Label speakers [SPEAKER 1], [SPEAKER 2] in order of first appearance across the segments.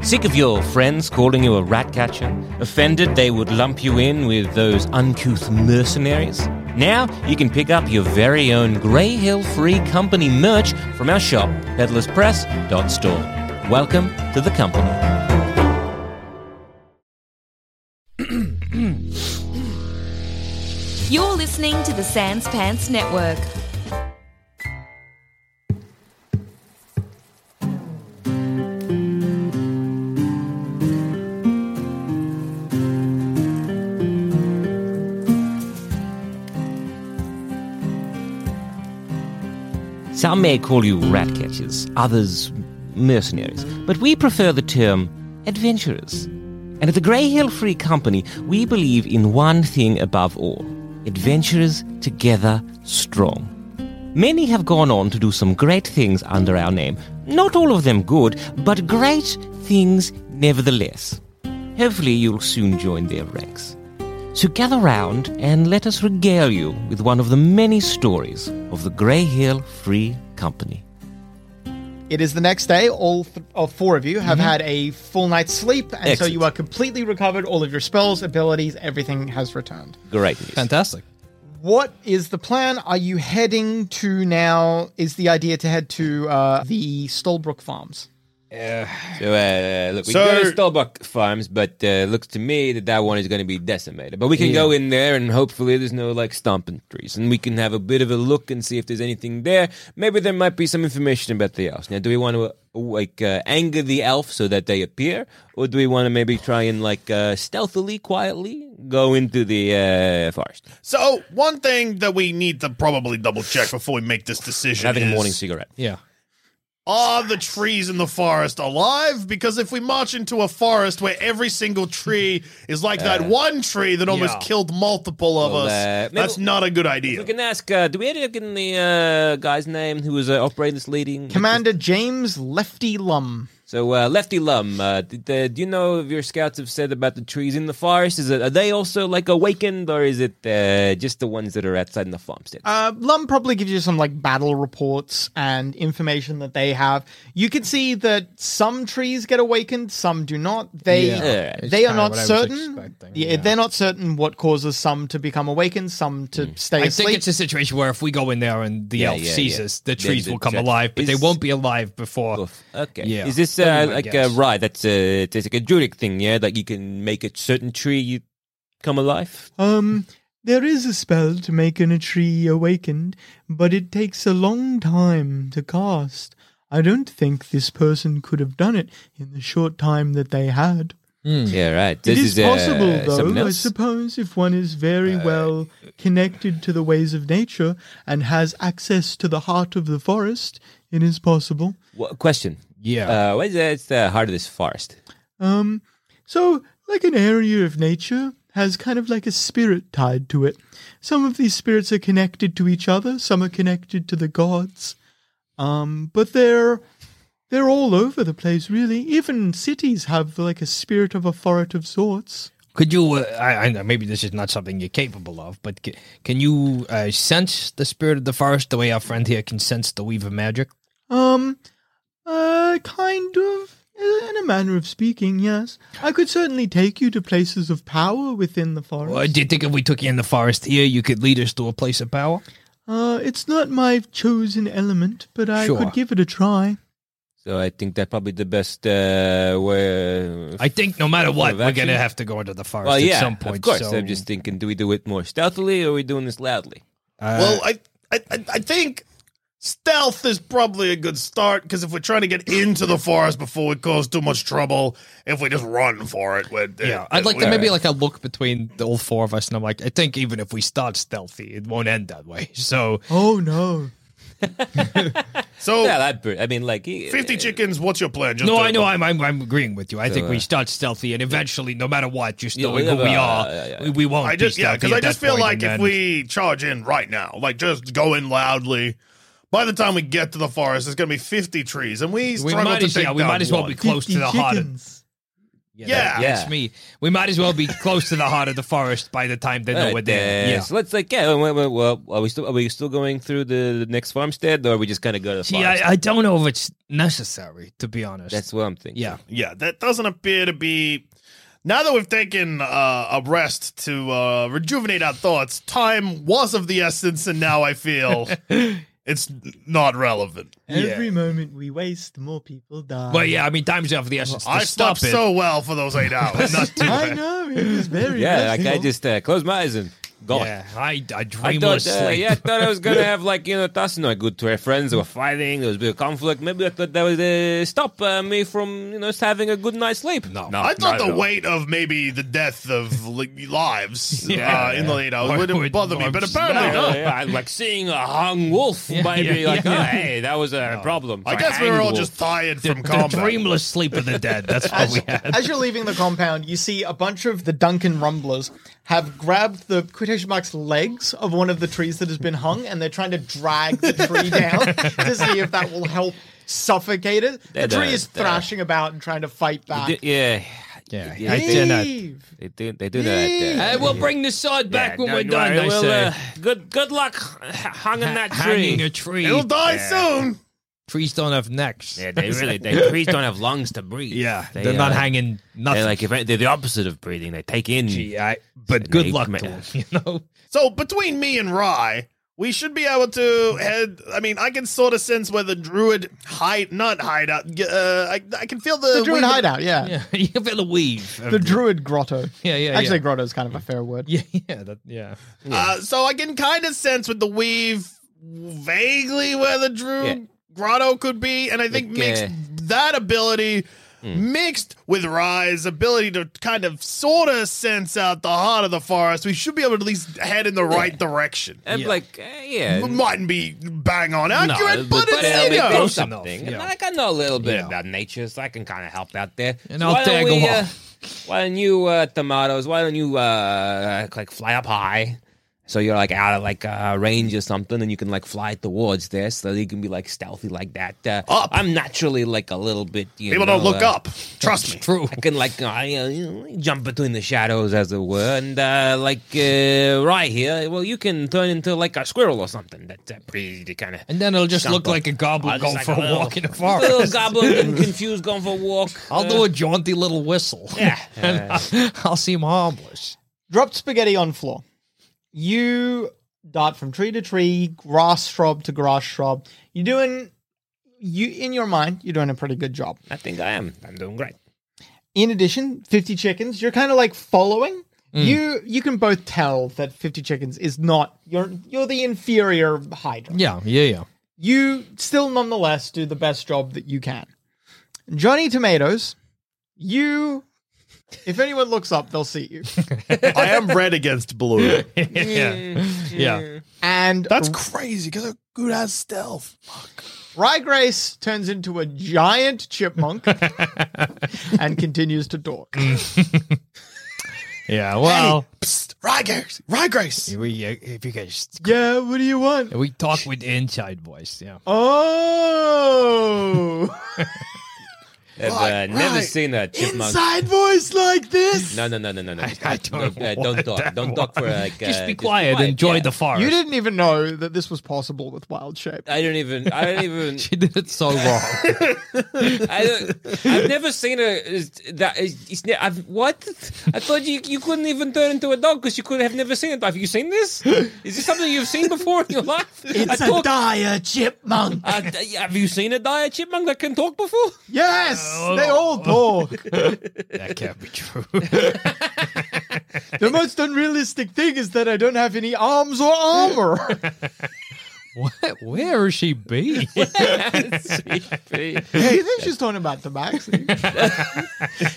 [SPEAKER 1] Sick of your friends calling you a ratcatcher? Offended they would lump you in with those uncouth mercenaries? Now you can pick up your very own Grey Hill Free Company merch from our shop, peddlerspress.store. Welcome to the company.
[SPEAKER 2] You're listening to the Sans Pants Network.
[SPEAKER 1] Some may call you rat catchers, others mercenaries, but we prefer the term adventurers. And at the Grey Hill Free Company, we believe in one thing above all adventurers together strong. Many have gone on to do some great things under our name, not all of them good, but great things nevertheless. Hopefully, you'll soon join their ranks. So gather round and let us regale you with one of the many stories of the Grey Hill Free Company.
[SPEAKER 3] It is the next day. All th- all four of you have had a full night's sleep, and so
[SPEAKER 1] Excellent.
[SPEAKER 3] you are completely recovered. All of your spells, abilities, everything has returned.
[SPEAKER 1] Great news.
[SPEAKER 4] Fantastic.
[SPEAKER 3] What is the plan? Are you heading to now? Is the idea to head to uh, the Stolbrook Farms?
[SPEAKER 5] So, uh, look, we
[SPEAKER 6] So-
[SPEAKER 5] can go to Stolbuck Farms, but uh, looks to me that that one is going to be decimated. But we can go in there and hopefully there's no like stomping trees, and we can have a bit of a look and see if there's anything there. Maybe there might be some information about the elves. Now, do we want to uh, like uh, anger the elf so that they appear, or do we want to maybe try and like uh, stealthily, quietly go into the uh, forest?
[SPEAKER 6] So one thing that we need to probably double check before we make this decision
[SPEAKER 5] Having a
[SPEAKER 6] is,
[SPEAKER 5] morning cigarette.
[SPEAKER 4] Yeah.
[SPEAKER 6] are the trees in the forest alive? Because if we march into a forest where every single tree is like that one tree that almost
[SPEAKER 4] yeah.
[SPEAKER 6] killed multiple of
[SPEAKER 5] Well,
[SPEAKER 6] us,
[SPEAKER 5] uh, maybe-
[SPEAKER 6] that's not a good
[SPEAKER 5] We
[SPEAKER 6] idea.
[SPEAKER 5] can ask. Uh, do we have to get the uh, guy's name who was uh, operating this leading?
[SPEAKER 3] Commander James Lefty Lum.
[SPEAKER 5] So, uh, Lefty Lum, uh, d- d- do you know if your scouts have said about the trees in the forest? Is it, are they also like awakened, or is it uh, just the ones that are outside in the farmstead?
[SPEAKER 3] Uh, Lum probably gives you some like battle reports and information that they have. You can see that some trees get awakened, some do not. They
[SPEAKER 5] Yeah. It's
[SPEAKER 3] they are
[SPEAKER 4] kinda
[SPEAKER 3] not
[SPEAKER 4] what I was
[SPEAKER 3] certain.
[SPEAKER 4] expecting,
[SPEAKER 3] Yeah,
[SPEAKER 4] yeah.
[SPEAKER 3] they're not certain what causes some to become awakened, some to stay
[SPEAKER 4] Mm. I
[SPEAKER 3] asleep.
[SPEAKER 4] think it's a situation where if we go in there and the
[SPEAKER 5] Yeah,
[SPEAKER 4] elf
[SPEAKER 5] yeah,
[SPEAKER 4] sees
[SPEAKER 5] yeah.
[SPEAKER 4] us, the
[SPEAKER 5] Then
[SPEAKER 4] trees
[SPEAKER 5] the
[SPEAKER 4] will come
[SPEAKER 5] tre-
[SPEAKER 4] alive, but they
[SPEAKER 5] is-
[SPEAKER 4] won't be alive before.
[SPEAKER 5] Oof. Okay.
[SPEAKER 4] Yeah.
[SPEAKER 5] Is this
[SPEAKER 4] That'd
[SPEAKER 5] uh,
[SPEAKER 4] be my
[SPEAKER 5] like uh,
[SPEAKER 4] guess.
[SPEAKER 5] right? That's a it's like a Druidic thing, yeah. Like you can make a certain tree you come alive.
[SPEAKER 3] Um, there is a spell to make an a tree awakened, but it takes a long time to cast. I don't think this person could have done it in the short time that they had.
[SPEAKER 5] Yeah, right. This
[SPEAKER 3] Hmm. it is,
[SPEAKER 5] uh,
[SPEAKER 3] possible,
[SPEAKER 5] something
[SPEAKER 3] though, I
[SPEAKER 5] else? Uh,
[SPEAKER 3] suppose, if one is very well connected to the ways of nature and has access to the heart of the forest, it is possible.
[SPEAKER 5] Wha- question.
[SPEAKER 4] Yeah.
[SPEAKER 5] Uh, what is that? It's the heart of this forest.
[SPEAKER 3] Um, so, like an area of nature has kind of like a spirit tied to it. Some of these spirits are connected to each other, some are connected to the gods. Um, but they're they're all over the place, really. Even cities have like a spirit of a forest of sorts.
[SPEAKER 4] Could you? Uh, I, I know maybe this is not something you're capable of, but c- can you uh, sense the spirit of the forest the way our friend here can sense the weave of magic?
[SPEAKER 3] Um, uh, kind of. uh, In a manner of speaking, yes. I could certainly take you to places of power within the forest.
[SPEAKER 4] Or do you think if we took you in the forest here, you could lead us to a place of power?
[SPEAKER 3] Uh, it's not my chosen element, but I
[SPEAKER 4] Sure.
[SPEAKER 3] could give it a try.
[SPEAKER 5] So I think that's probably the best uh, way.
[SPEAKER 4] I think no matter what,
[SPEAKER 5] Of
[SPEAKER 4] we're gonna
[SPEAKER 5] action?
[SPEAKER 4] have to go into the forest
[SPEAKER 5] well, yeah,
[SPEAKER 4] at some point.
[SPEAKER 5] of course.
[SPEAKER 4] so-
[SPEAKER 5] I'm just thinking: do we do it more stealthily, or are we doing this loudly?
[SPEAKER 6] well, I, I, I I think stealth is probably a good start because if we're trying to get into the forest before we cause too much trouble, if we just run for it, we're,
[SPEAKER 4] Yeah,
[SPEAKER 5] uh,
[SPEAKER 4] I'd like
[SPEAKER 6] we-
[SPEAKER 4] to maybe like a look between the all four of us, and I'm like, I think even if we start stealthy, it won't end that way. So
[SPEAKER 3] Oh no.
[SPEAKER 4] Oh.
[SPEAKER 6] so.
[SPEAKER 5] Yeah, that bird. I mean, like he-
[SPEAKER 6] 50 chickens, what's your plan? Just
[SPEAKER 4] no,
[SPEAKER 6] to-
[SPEAKER 4] I know I'm I'm, I'm agreeing with you. I think we
[SPEAKER 5] uh,
[SPEAKER 4] start stealthy, and eventually, no matter what, just
[SPEAKER 5] Yeah,
[SPEAKER 4] knowing
[SPEAKER 5] we
[SPEAKER 4] who
[SPEAKER 5] have
[SPEAKER 4] we
[SPEAKER 5] a-
[SPEAKER 4] are,
[SPEAKER 5] yeah, yeah,
[SPEAKER 4] we- we won't.
[SPEAKER 6] I just
[SPEAKER 4] be stealthy
[SPEAKER 6] yeah, because I
[SPEAKER 4] at that
[SPEAKER 6] just feel
[SPEAKER 4] point,
[SPEAKER 6] like
[SPEAKER 4] and
[SPEAKER 6] if
[SPEAKER 4] then-
[SPEAKER 6] we charge in right now, like just go in loudly. By the time we get to the forest, there's going to be 50 trees, and we
[SPEAKER 4] we
[SPEAKER 6] struggle
[SPEAKER 4] might
[SPEAKER 6] to
[SPEAKER 4] as,
[SPEAKER 6] take
[SPEAKER 4] yeah, we
[SPEAKER 6] down
[SPEAKER 4] might as well
[SPEAKER 6] one.
[SPEAKER 4] be close to
[SPEAKER 3] 50
[SPEAKER 4] the heart. Of,
[SPEAKER 3] chickens.
[SPEAKER 6] Yeah.
[SPEAKER 4] That's me. We might as well be close to the heart of the forest by the time they know
[SPEAKER 5] Alright,
[SPEAKER 4] we're there.
[SPEAKER 5] uh,
[SPEAKER 4] Yeah.
[SPEAKER 5] So let's like yeah. Well, well, well, are we still are we still going through the, the next farmstead, or are we just kind of go to the
[SPEAKER 4] See,
[SPEAKER 5] forest?
[SPEAKER 4] I, I don't know if it's necessary, to be honest.
[SPEAKER 5] That's what I'm thinking.
[SPEAKER 4] yeah.
[SPEAKER 6] Yeah, that doesn't appear to be. Now that we've taken uh, a rest to uh, rejuvenate our thoughts, time was of the essence, and now I feel it's not relevant.
[SPEAKER 3] Every moment we waste, the more people die.
[SPEAKER 4] Well, yeah, I mean, time's of the essence.
[SPEAKER 6] I
[SPEAKER 4] to stop
[SPEAKER 6] slept
[SPEAKER 4] it.
[SPEAKER 6] so well for those eight hours. Not to-
[SPEAKER 3] I know it was very.
[SPEAKER 5] yeah. Like I
[SPEAKER 3] restful.
[SPEAKER 5] just uh, close my eyes and gone.
[SPEAKER 4] yeah, I, I
[SPEAKER 5] I
[SPEAKER 4] dream of
[SPEAKER 5] thought, uh,
[SPEAKER 4] sleep.
[SPEAKER 5] yeah, I thought I was gonna have like you know, that's not good to have friends. They were fighting. There was a bit of conflict. Maybe I thought that would uh, stop uh, me from you know just having a good night's sleep.
[SPEAKER 4] No.
[SPEAKER 6] I
[SPEAKER 4] Oh, not
[SPEAKER 6] thought
[SPEAKER 4] at
[SPEAKER 6] the
[SPEAKER 4] all.
[SPEAKER 6] weight of maybe the death of li- lives
[SPEAKER 4] Yeah,
[SPEAKER 6] uh, in the late hours
[SPEAKER 4] Would-
[SPEAKER 6] wouldn't
[SPEAKER 4] would-
[SPEAKER 6] bother me,
[SPEAKER 4] would
[SPEAKER 6] but
[SPEAKER 4] just-
[SPEAKER 6] apparently
[SPEAKER 5] Yeah,
[SPEAKER 6] not.
[SPEAKER 5] yeah, I- like seeing a hung wolf
[SPEAKER 4] Yeah,
[SPEAKER 5] might be
[SPEAKER 4] yeah,
[SPEAKER 5] like,
[SPEAKER 4] yeah.
[SPEAKER 5] oh, hey, that was a problem.
[SPEAKER 6] I
[SPEAKER 5] A
[SPEAKER 6] guess we were
[SPEAKER 5] hanged
[SPEAKER 6] all
[SPEAKER 5] wolf.
[SPEAKER 6] just tired
[SPEAKER 4] the,
[SPEAKER 6] from
[SPEAKER 4] the
[SPEAKER 6] combat.
[SPEAKER 4] dreamless sleep of the dead. That's what we had.
[SPEAKER 3] As you're leaving the compound, you see a bunch of the Duncan Rumblers have grabbed the quotation marks legs of one of the trees that has been hung, and they're trying to drag the tree down to see if that will help suffocate it. The
[SPEAKER 5] They're
[SPEAKER 3] tree
[SPEAKER 5] the-
[SPEAKER 3] is
[SPEAKER 5] the-
[SPEAKER 3] thrashing about and trying to fight back.
[SPEAKER 5] D- yeah,
[SPEAKER 4] Yeah,
[SPEAKER 5] yeah,
[SPEAKER 4] I
[SPEAKER 5] they-
[SPEAKER 4] did not.
[SPEAKER 3] Leave.
[SPEAKER 5] They do. They do that.
[SPEAKER 4] I will Uh, bring the sword back when we're done. I
[SPEAKER 5] will,
[SPEAKER 4] say.
[SPEAKER 5] uh, good good luck hanging that tree.
[SPEAKER 4] Hanging a tree.
[SPEAKER 6] It'll die soon.
[SPEAKER 4] Trees don't have necks.
[SPEAKER 5] yeah, they really. They, trees don't have lungs to breathe.
[SPEAKER 4] Yeah,
[SPEAKER 5] they,
[SPEAKER 4] they're not
[SPEAKER 5] uh,
[SPEAKER 4] hanging nothing.
[SPEAKER 5] They're like if, they're the opposite of breathing. They take in.
[SPEAKER 4] Gee, I- but
[SPEAKER 5] And
[SPEAKER 4] good
[SPEAKER 5] they
[SPEAKER 4] luck
[SPEAKER 5] ma-
[SPEAKER 4] to them, you know.
[SPEAKER 6] So between me and Rye, we should be able to head. I mean, I can sort of sense where the druid hide, not hideout. Uh, I, I can feel the,
[SPEAKER 3] The druid
[SPEAKER 6] wind-
[SPEAKER 3] hideout, yeah.
[SPEAKER 4] Yeah, you feel the weave. of
[SPEAKER 3] The druid grotto.
[SPEAKER 4] Yeah, yeah, yeah.
[SPEAKER 3] Actually, grotto is kind of a fair word.
[SPEAKER 4] Yeah, yeah, that, yeah.
[SPEAKER 6] Uh, so I can kind of sense with the weave vaguely where the druid
[SPEAKER 5] Yeah.
[SPEAKER 6] grotto could be, and I think
[SPEAKER 5] Like,
[SPEAKER 6] mixed
[SPEAKER 5] uh, Hmm.
[SPEAKER 6] that ability. Mixed with Rye's ability to kind of sort of sense out the heart of the forest, we should be able to at least head in the right direction.
[SPEAKER 5] I'm
[SPEAKER 4] Yeah.
[SPEAKER 5] like, uh, yeah.
[SPEAKER 6] It mightn't be bang on accurate, but,
[SPEAKER 5] but uh,
[SPEAKER 6] it's
[SPEAKER 5] it'll
[SPEAKER 6] in
[SPEAKER 5] be
[SPEAKER 6] there.
[SPEAKER 5] close
[SPEAKER 4] Close enough,
[SPEAKER 5] something.
[SPEAKER 4] yeah.
[SPEAKER 5] And like I know a little bit
[SPEAKER 4] Yeah.
[SPEAKER 5] about nature, so I can kind of help out there.
[SPEAKER 4] And
[SPEAKER 5] So
[SPEAKER 4] I'll
[SPEAKER 5] why don't
[SPEAKER 4] tag
[SPEAKER 5] we,
[SPEAKER 4] along.
[SPEAKER 5] uh, why don't you, uh, tomatoes? Why don't you uh, like fly up high? So you're like out of like uh, range or something, and you can like fly towards there, so you can be like stealthy like that. Uh,
[SPEAKER 6] Up.
[SPEAKER 5] I'm naturally like a little bit. You
[SPEAKER 6] People
[SPEAKER 5] know,
[SPEAKER 6] don't look
[SPEAKER 5] uh,
[SPEAKER 6] up. Trust me.
[SPEAKER 4] True.
[SPEAKER 5] I can like I uh, you know, jump between the shadows, as it were, and uh, like uh, right here. Well, you can turn into like a squirrel or something. That's uh, pretty kind of.
[SPEAKER 4] And then it'll just
[SPEAKER 5] Jump
[SPEAKER 4] look
[SPEAKER 5] up.
[SPEAKER 4] like a goblin
[SPEAKER 5] I'll just like
[SPEAKER 4] going for
[SPEAKER 5] a
[SPEAKER 4] a
[SPEAKER 5] little-
[SPEAKER 4] walk in the
[SPEAKER 5] little
[SPEAKER 4] forest.
[SPEAKER 5] goblin getting confused going for a walk.
[SPEAKER 4] I'll do a jaunty little whistle.
[SPEAKER 5] Yeah.
[SPEAKER 4] and I- I'll seem harmless.
[SPEAKER 3] Dropped spaghetti on floor. You dart from tree to tree, grass shrub to grass shrub. You're doing you in your mind, you're doing a pretty good job.
[SPEAKER 5] Uh, I think I am. I'm doing great.
[SPEAKER 3] in addition 50 chickens you're kind of like following you you can both tell that 50 chickens is not you're you're the inferior hydra
[SPEAKER 4] Yeah, yeah, yeah.
[SPEAKER 3] you still nonetheless do the best job that you can johnny tomatoes you if anyone looks up they'll see you
[SPEAKER 6] I am red against blue.
[SPEAKER 4] yeah. yeah.
[SPEAKER 3] and
[SPEAKER 6] That's crazy because I'm good at stealth.
[SPEAKER 3] Ryegrace turns into a giant chipmunk and continues to talk
[SPEAKER 4] Yeah, well,
[SPEAKER 6] Psst, Rygrace, Rygrace.
[SPEAKER 4] we, uh, if you guys,
[SPEAKER 3] yeah what do you want
[SPEAKER 4] we talk with inside voice, yeah.
[SPEAKER 3] oh
[SPEAKER 5] I've uh,
[SPEAKER 6] Right,
[SPEAKER 5] never
[SPEAKER 6] right.
[SPEAKER 5] seen a chipmunk.
[SPEAKER 3] inside voice like this
[SPEAKER 5] No, no, no, no, no, no.
[SPEAKER 4] I don't
[SPEAKER 5] No, uh,
[SPEAKER 4] know
[SPEAKER 5] don't
[SPEAKER 4] what
[SPEAKER 5] talk.
[SPEAKER 4] that
[SPEAKER 5] Don't talk for like.
[SPEAKER 4] just
[SPEAKER 5] uh,
[SPEAKER 4] be quiet, enjoy
[SPEAKER 5] yeah.
[SPEAKER 4] the forest.
[SPEAKER 3] You didn't even know that this was possible with Wild Shape.
[SPEAKER 5] I don't even. I don't even.
[SPEAKER 4] She did it so wrong.
[SPEAKER 5] I don't, I've never seen a is, that. Is, is, ne- I've, what? I thought you you couldn't even turn into a dog because you could have never seen it. Have you seen this? Is this something you've seen before in your life? I talk-
[SPEAKER 3] dire chipmunk.
[SPEAKER 5] I- I- have you seen a dire chipmunk that can talk before?
[SPEAKER 3] Yes, they all talk.
[SPEAKER 4] that can't be true.
[SPEAKER 3] the most unrealistic thing is that I don't have any arms or armor.
[SPEAKER 4] what? Where is she be?
[SPEAKER 3] you think she's talking about tabaxi?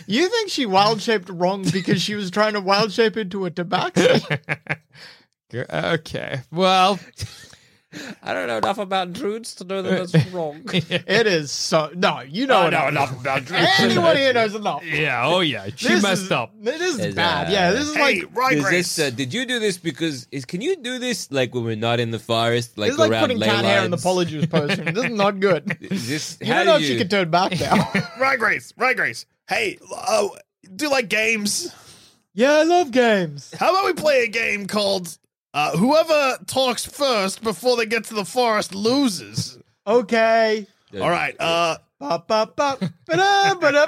[SPEAKER 3] you think she wild shaped wrong because she was trying to wild shape into a tabaxi?
[SPEAKER 4] okay. Well,
[SPEAKER 5] I don't know enough about druids to know that that's wrong.
[SPEAKER 3] It is so. Oh, No, you know enough.
[SPEAKER 6] about
[SPEAKER 3] Anyone here knows enough.
[SPEAKER 4] yeah. Oh, yeah. She
[SPEAKER 3] This
[SPEAKER 4] messed
[SPEAKER 3] is,
[SPEAKER 4] up.
[SPEAKER 3] This is
[SPEAKER 5] Is,
[SPEAKER 3] bad.
[SPEAKER 5] uh,
[SPEAKER 3] yeah, this is
[SPEAKER 6] Hey,
[SPEAKER 5] Is
[SPEAKER 3] like.
[SPEAKER 6] Rygrace.
[SPEAKER 5] this, uh, did you do this because is can you do this like when we're not in the forest, like
[SPEAKER 3] It's like
[SPEAKER 5] around
[SPEAKER 3] putting
[SPEAKER 5] ley
[SPEAKER 3] cat hair in the
[SPEAKER 5] lines?
[SPEAKER 3] Polyjuice potion. This is not good.
[SPEAKER 5] Is this
[SPEAKER 3] You
[SPEAKER 5] how
[SPEAKER 3] don't know
[SPEAKER 5] do
[SPEAKER 3] if she
[SPEAKER 5] you-
[SPEAKER 3] can turn back now.
[SPEAKER 6] Rygrace, Rygrace. Hey, oh, Do you like games?
[SPEAKER 3] Yeah, I love games.
[SPEAKER 6] How about we play a game called uh, Whoever Talks First Before They Get to the Forest Loses?
[SPEAKER 3] Okay.
[SPEAKER 6] All right. Uh,
[SPEAKER 3] Ba, ba, ba, ba-da, ba-da.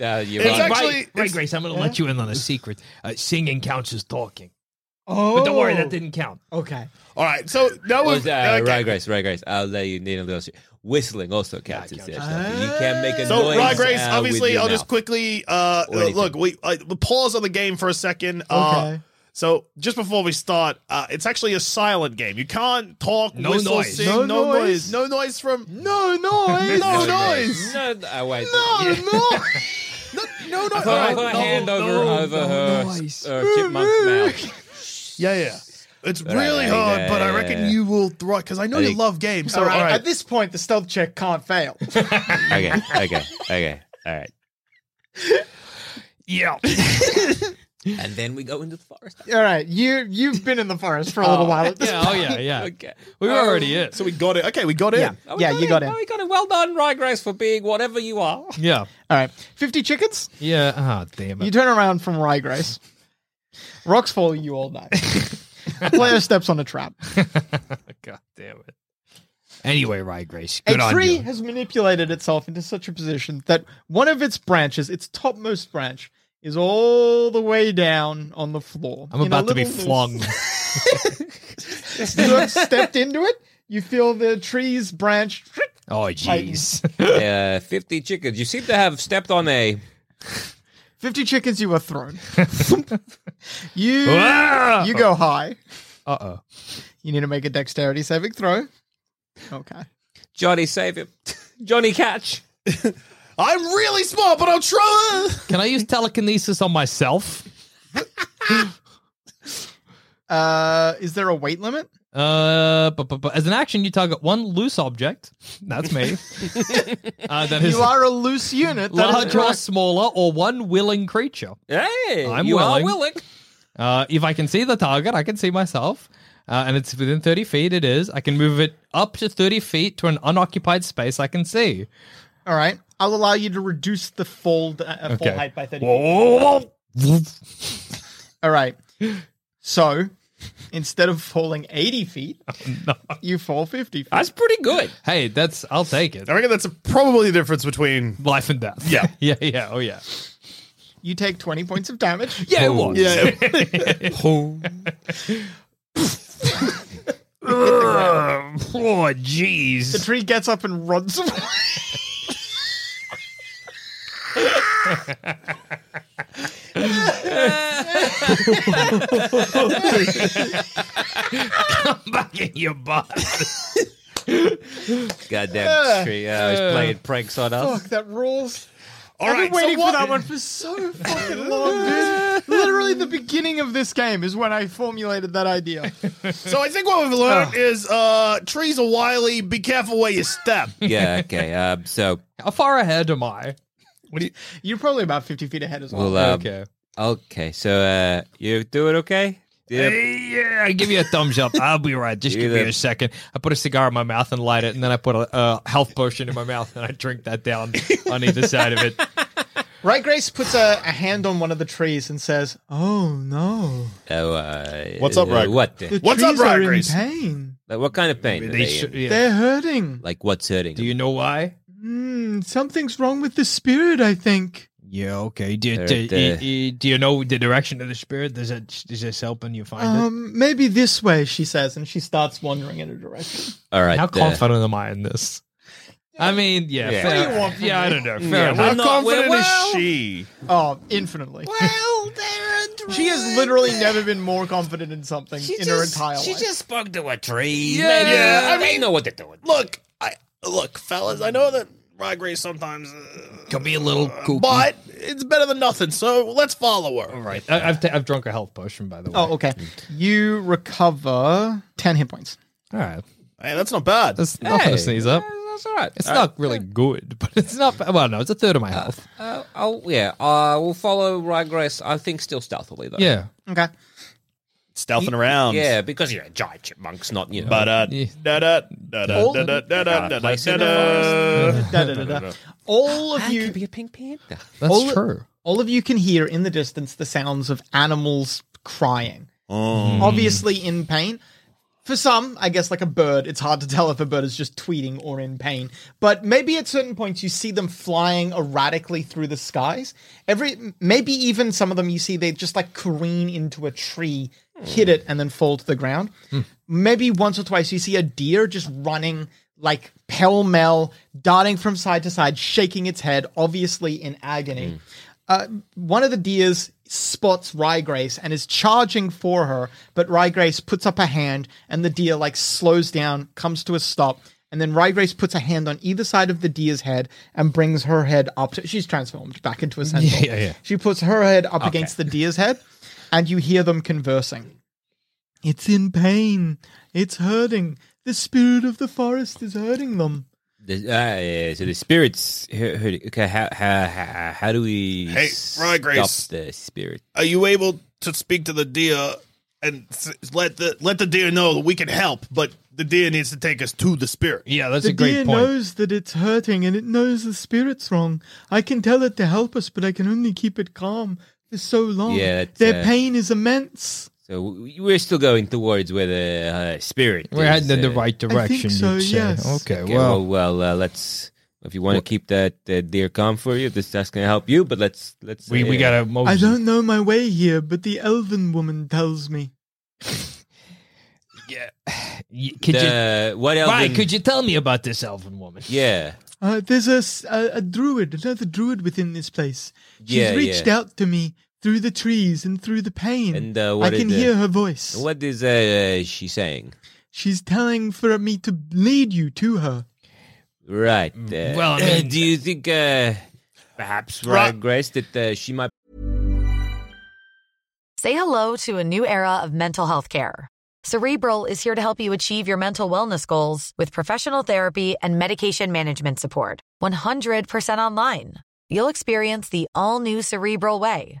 [SPEAKER 5] Uh, you're
[SPEAKER 6] It's
[SPEAKER 5] right.
[SPEAKER 6] actually-
[SPEAKER 4] right, right, Grace. I'm going to let you in on a secret. Uh, singing counts as talking,
[SPEAKER 3] Oh.
[SPEAKER 4] but don't worry, that didn't count.
[SPEAKER 3] Okay.
[SPEAKER 6] all right. So now
[SPEAKER 5] Well, it's,
[SPEAKER 6] we've.
[SPEAKER 5] uh,
[SPEAKER 6] okay.
[SPEAKER 5] Ryegrass, Ryegrass. I'll let you need a little shit. Whistling also counts as
[SPEAKER 4] Yeah,
[SPEAKER 5] their
[SPEAKER 4] counts.
[SPEAKER 5] stuff. You can make a
[SPEAKER 6] So,
[SPEAKER 5] noise.
[SPEAKER 6] Rod Grace,
[SPEAKER 5] uh, with
[SPEAKER 6] obviously,
[SPEAKER 5] your
[SPEAKER 6] I'll just
[SPEAKER 5] mouth.
[SPEAKER 6] quickly uh,
[SPEAKER 5] Or anything.
[SPEAKER 6] look. We uh, pause on the game for a second. Uh,
[SPEAKER 3] Okay.
[SPEAKER 6] so, just before we start, uh, it's actually a silent game. You can't talk,
[SPEAKER 4] No
[SPEAKER 6] whistle,
[SPEAKER 4] noise.
[SPEAKER 6] sing,
[SPEAKER 3] No
[SPEAKER 6] no,
[SPEAKER 3] noise.
[SPEAKER 6] noise. no noise from
[SPEAKER 3] No noise.
[SPEAKER 6] No
[SPEAKER 5] noise. No, uh, wait.
[SPEAKER 3] No noise.
[SPEAKER 6] no, no, no,
[SPEAKER 5] I thought I
[SPEAKER 6] no,
[SPEAKER 5] put a
[SPEAKER 6] no,
[SPEAKER 5] hand over
[SPEAKER 6] no.
[SPEAKER 5] over her, her chipmunk's mouth.
[SPEAKER 6] Yeah, yeah. It's
[SPEAKER 5] All right,
[SPEAKER 6] really
[SPEAKER 5] yeah,
[SPEAKER 6] hard,
[SPEAKER 5] yeah,
[SPEAKER 6] but I
[SPEAKER 5] yeah,
[SPEAKER 6] reckon
[SPEAKER 5] yeah.
[SPEAKER 6] you will thrive because I know
[SPEAKER 5] I
[SPEAKER 6] you
[SPEAKER 5] think-
[SPEAKER 6] love games. So,
[SPEAKER 3] All right.
[SPEAKER 6] all right.
[SPEAKER 3] At this point, the stealth check can't fail.
[SPEAKER 5] Okay, okay, okay. All right.
[SPEAKER 4] Yeah.
[SPEAKER 5] And then we go into the forest.
[SPEAKER 3] All right. You you've been in the forest for a little while. At this
[SPEAKER 4] yeah. Oh yeah. Yeah.
[SPEAKER 5] Okay.
[SPEAKER 4] We were already in.
[SPEAKER 6] so we got it. Okay, we got it.
[SPEAKER 3] Yeah.
[SPEAKER 5] Oh, we
[SPEAKER 3] yeah. You got
[SPEAKER 5] it.
[SPEAKER 3] it.
[SPEAKER 5] Oh, we got it. Well done, Ryegrass, for being whatever you are.
[SPEAKER 4] Yeah.
[SPEAKER 3] All right. Fifty chickens.
[SPEAKER 4] Yeah. Oh damn
[SPEAKER 3] You
[SPEAKER 4] it.
[SPEAKER 3] turn around from Ryegrass. Rocks fall. You all night. Player steps on a trap.
[SPEAKER 4] God damn it. Anyway, Rye Grace, good
[SPEAKER 3] A
[SPEAKER 4] on
[SPEAKER 3] tree
[SPEAKER 4] you.
[SPEAKER 3] has manipulated itself into such a position that one of its branches, its topmost branch, is all the way down on the floor.
[SPEAKER 4] I'm
[SPEAKER 3] In a
[SPEAKER 4] about to be
[SPEAKER 3] little
[SPEAKER 4] flung.
[SPEAKER 3] noose. you have stepped into it. You feel the tree's branch.
[SPEAKER 4] Oh jeez.
[SPEAKER 5] Uh, 50 chickens. You seem to have stepped on a.
[SPEAKER 3] 50 chickens you are thrown. you,
[SPEAKER 4] Ah!
[SPEAKER 3] you go high.
[SPEAKER 4] Uh oh.
[SPEAKER 3] You need to make a dexterity saving throw. Okay.
[SPEAKER 5] Johnny, save him. Johnny, catch.
[SPEAKER 6] I'm really smart, but I'll try.
[SPEAKER 4] Can I use telekinesis on myself?
[SPEAKER 3] Uh, is there a weight limit?
[SPEAKER 4] Uh, but, but, but as an action, you target one loose object. That's me. uh, that is
[SPEAKER 3] You are a loose unit. That is
[SPEAKER 4] large or
[SPEAKER 3] correct.
[SPEAKER 4] smaller, or one willing creature.
[SPEAKER 5] Hey,
[SPEAKER 4] I'm
[SPEAKER 5] you
[SPEAKER 4] willing.
[SPEAKER 5] are willing.
[SPEAKER 4] Uh, if I can see the target, I can see myself. Uh, and it's within 30 feet, it is. I can move it up to 30 feet to an unoccupied space I can see.
[SPEAKER 3] All right. I'll allow you to reduce the fold uh, fall
[SPEAKER 4] Okay.
[SPEAKER 3] height by 30 feet.
[SPEAKER 4] Oh,
[SPEAKER 3] All right. So instead of falling 80 feet, you fall 50 feet.
[SPEAKER 5] That's pretty good.
[SPEAKER 4] Hey, that's, I'll take it.
[SPEAKER 6] I reckon that's probably the difference between.
[SPEAKER 4] Life and death.
[SPEAKER 6] Yeah.
[SPEAKER 4] yeah, yeah, oh yeah.
[SPEAKER 3] You take 20 points of damage.
[SPEAKER 4] Yeah, it was.
[SPEAKER 6] Yeah.
[SPEAKER 4] oh,
[SPEAKER 3] The
[SPEAKER 4] jeez.
[SPEAKER 3] tree gets up and runs away.
[SPEAKER 4] Back in your butt.
[SPEAKER 5] Goddamn tree. Uh, he's playing pranks on us.
[SPEAKER 3] Fuck, that rules.
[SPEAKER 6] All
[SPEAKER 3] I've
[SPEAKER 6] right.
[SPEAKER 3] been waiting
[SPEAKER 6] so what,
[SPEAKER 3] for that one for so fucking long, dude. Literally, the beginning of this game is when I formulated that idea.
[SPEAKER 6] So I think what we've learned is uh, trees are wily. Be careful where you step.
[SPEAKER 5] Yeah, okay. Um, so
[SPEAKER 4] How far ahead am I?
[SPEAKER 3] You're probably about 50 feet ahead as well.
[SPEAKER 5] we'll. Um, okay.
[SPEAKER 4] okay.
[SPEAKER 5] so uh, you doing okay? Yeah.
[SPEAKER 4] Yeah, I give you a thumbs up. I'll be right. Just give me
[SPEAKER 5] Either.
[SPEAKER 4] a second. I put a cigar in my mouth and light it, and then I put a, a health potion in my mouth and I drink that down on either side of it.
[SPEAKER 3] Right Grace puts a, a hand on one of the trees and says, Oh no.
[SPEAKER 5] Oh, uh,
[SPEAKER 6] What's up,
[SPEAKER 5] uh,
[SPEAKER 6] Rag?
[SPEAKER 5] What?
[SPEAKER 3] The
[SPEAKER 5] The,
[SPEAKER 6] What's up,
[SPEAKER 3] trees are in
[SPEAKER 6] Ryegrass?
[SPEAKER 3] pain.
[SPEAKER 5] like, what kind of pain? are
[SPEAKER 4] They
[SPEAKER 5] they
[SPEAKER 4] sh-
[SPEAKER 5] in?
[SPEAKER 4] yeah.
[SPEAKER 3] They're hurting.
[SPEAKER 5] Like, what's hurting?
[SPEAKER 4] Do you know why?
[SPEAKER 3] Hmm, something's wrong with the spirit, I think.
[SPEAKER 4] Yeah, okay. Do,
[SPEAKER 5] They're
[SPEAKER 4] do,
[SPEAKER 5] dead.
[SPEAKER 4] e- e- do you know the direction of the spirit? Does it is this helping you find it?
[SPEAKER 3] Um, maybe this way, she says, and she starts wandering in a direction.
[SPEAKER 5] All right.
[SPEAKER 4] How
[SPEAKER 5] uh,
[SPEAKER 4] confident am I in this? I mean, yeah,
[SPEAKER 5] Yeah.
[SPEAKER 4] fair-
[SPEAKER 5] What do
[SPEAKER 3] you want from
[SPEAKER 4] yeah, I
[SPEAKER 3] me?
[SPEAKER 4] don't know. Fair
[SPEAKER 5] Yeah,
[SPEAKER 4] enough.
[SPEAKER 5] we're
[SPEAKER 6] How
[SPEAKER 5] not-
[SPEAKER 6] confident
[SPEAKER 5] we're-
[SPEAKER 6] is
[SPEAKER 5] well-
[SPEAKER 6] she?
[SPEAKER 3] Oh, infinitely.
[SPEAKER 5] Well, they're a
[SPEAKER 3] She has literally never been more confident in something in her entire life.
[SPEAKER 5] spoke to a tree.
[SPEAKER 4] Yeah, Maybe-
[SPEAKER 6] yeah, I they mean-
[SPEAKER 5] know what they're doing.
[SPEAKER 6] Look, I look, fellas. I know that Rye Grace sometimes, uh,
[SPEAKER 4] Could be a little kooky.
[SPEAKER 6] but it's better than nothing. So let's follow her.
[SPEAKER 4] All right, I, I've, t- I've drunk a health potion by the way.
[SPEAKER 3] Oh, okay. You recover 10 hit points.
[SPEAKER 4] all right.
[SPEAKER 6] Hey, that's not bad.
[SPEAKER 4] That's nothing
[SPEAKER 5] Hey.
[SPEAKER 4] to sneeze up.
[SPEAKER 5] That's all right.
[SPEAKER 4] It's
[SPEAKER 5] All right.
[SPEAKER 4] not really good, but it's not. ba- Well, no, it's a third of my health.
[SPEAKER 5] Uh, oh yeah, uh, we'll follow Ryegrass. I think still stealthily though.
[SPEAKER 4] Yeah.
[SPEAKER 3] Okay.
[SPEAKER 6] stealthing around.
[SPEAKER 5] Yeah, because you're a giant chipmunk's not, you know.
[SPEAKER 6] But uh,
[SPEAKER 4] Yeah.
[SPEAKER 6] da da da da da da da da da
[SPEAKER 5] place in the
[SPEAKER 6] da
[SPEAKER 3] Da,
[SPEAKER 6] da.
[SPEAKER 3] da, da, da. All of
[SPEAKER 5] I
[SPEAKER 3] you
[SPEAKER 5] could be a pink panther.
[SPEAKER 4] That's
[SPEAKER 3] All-
[SPEAKER 4] true.
[SPEAKER 3] all of you can hear in the distance the sounds of animals crying.
[SPEAKER 6] Oh.
[SPEAKER 3] Obviously in pain. For some, I guess like a bird, it's hard to tell if a bird is just tweeting or in pain. But maybe at certain points you see them flying erratically through the skies. Every maybe even some of them you see they just like careen into a tree, hit it, and then fall to the ground. Maybe once or twice you see a deer just running like pell mell, darting from side to side, shaking its head, obviously in agony one of the deers spots Ryegrace and is charging for her, but Ryegrace puts up a hand and the deer like slows down, comes to a stop, and then Ryegrace puts a hand on either side of the deer's head and brings her head up to she's transformed back into a centaur.
[SPEAKER 4] Yeah, yeah.
[SPEAKER 3] She puts her head up against the deer's head and you hear them conversing. It's in pain. It's hurting. The spirit of the forest is hurting them.
[SPEAKER 5] The, ah, yeah, so the spirits. hu- hu- Okay, how, how, how, how do we
[SPEAKER 6] Hey,
[SPEAKER 5] stop
[SPEAKER 6] Ryegrace.
[SPEAKER 5] the spirit?
[SPEAKER 6] Are you able to speak to the deer and s- let the let the deer know that we can help, but the deer needs to take us to the spirit.
[SPEAKER 4] Yeah, that's
[SPEAKER 3] The
[SPEAKER 4] a great
[SPEAKER 3] deer
[SPEAKER 4] point.
[SPEAKER 3] knows that it's hurting and it knows the spirit's wrong. I can tell it to help us, but I can only keep it calm for so long.
[SPEAKER 5] Yeah, it's,
[SPEAKER 3] Their
[SPEAKER 5] uh,
[SPEAKER 3] pain is immense.
[SPEAKER 5] So we- we're still going towards where the uh, spirit.
[SPEAKER 4] We're
[SPEAKER 5] is,
[SPEAKER 4] heading in the
[SPEAKER 5] uh,
[SPEAKER 4] right direction.
[SPEAKER 3] so,
[SPEAKER 4] you'd say.
[SPEAKER 3] yes.
[SPEAKER 4] Okay,
[SPEAKER 5] Okay,
[SPEAKER 4] well,
[SPEAKER 5] well, well, uh, let's. If you want to keep that uh, deer calm for you, this that's gonna help you. But let's let's.
[SPEAKER 4] we,
[SPEAKER 5] uh,
[SPEAKER 4] we gotta.
[SPEAKER 3] I
[SPEAKER 4] Moses.
[SPEAKER 3] don't know my way here, but the elven woman tells me.
[SPEAKER 4] Y- Could you,
[SPEAKER 5] The, what else?
[SPEAKER 4] Ryan, could you tell me about this elven woman?
[SPEAKER 5] Yeah.
[SPEAKER 3] Uh, there's a, s- a- a druid, another druid within this place. She's
[SPEAKER 5] Yeah,
[SPEAKER 3] reached
[SPEAKER 5] yeah.
[SPEAKER 3] out to me through the trees and through the pain.
[SPEAKER 5] And, uh,
[SPEAKER 3] I
[SPEAKER 5] what
[SPEAKER 3] can
[SPEAKER 5] did, uh,
[SPEAKER 3] hear her voice.
[SPEAKER 5] What is uh, she saying?
[SPEAKER 3] She's telling for me to lead you to her.
[SPEAKER 5] Right. Uh,
[SPEAKER 4] Mm, well, I mean-
[SPEAKER 5] do you think uh, perhaps
[SPEAKER 6] Right.
[SPEAKER 5] right, Grace, that uh, she might
[SPEAKER 7] Say hello to a new era of mental health care. Cerebral is here to help you achieve your mental wellness goals with professional therapy and medication management support. 100% online. You'll experience the all new Cerebral Way,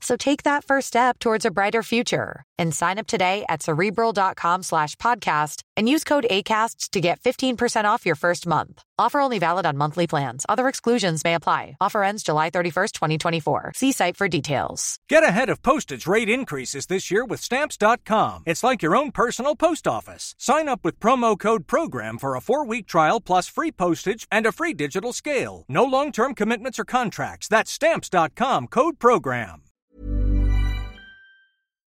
[SPEAKER 7] So take that first step towards a brighter future and sign up today at cerebral.com slash podcast and use code ACAST to get 15% off your first month. Offer only valid on monthly plans. Other exclusions may apply. Offer ends July 31st, 2024. See site for details.
[SPEAKER 8] Get ahead of postage rate increases this year with Stamps.com. It's like your own personal post office. Sign up with promo code PROGRAM for a four week trial plus free postage and a free digital scale. No long term commitments or contracts. That's Stamps.com code PROGRAM.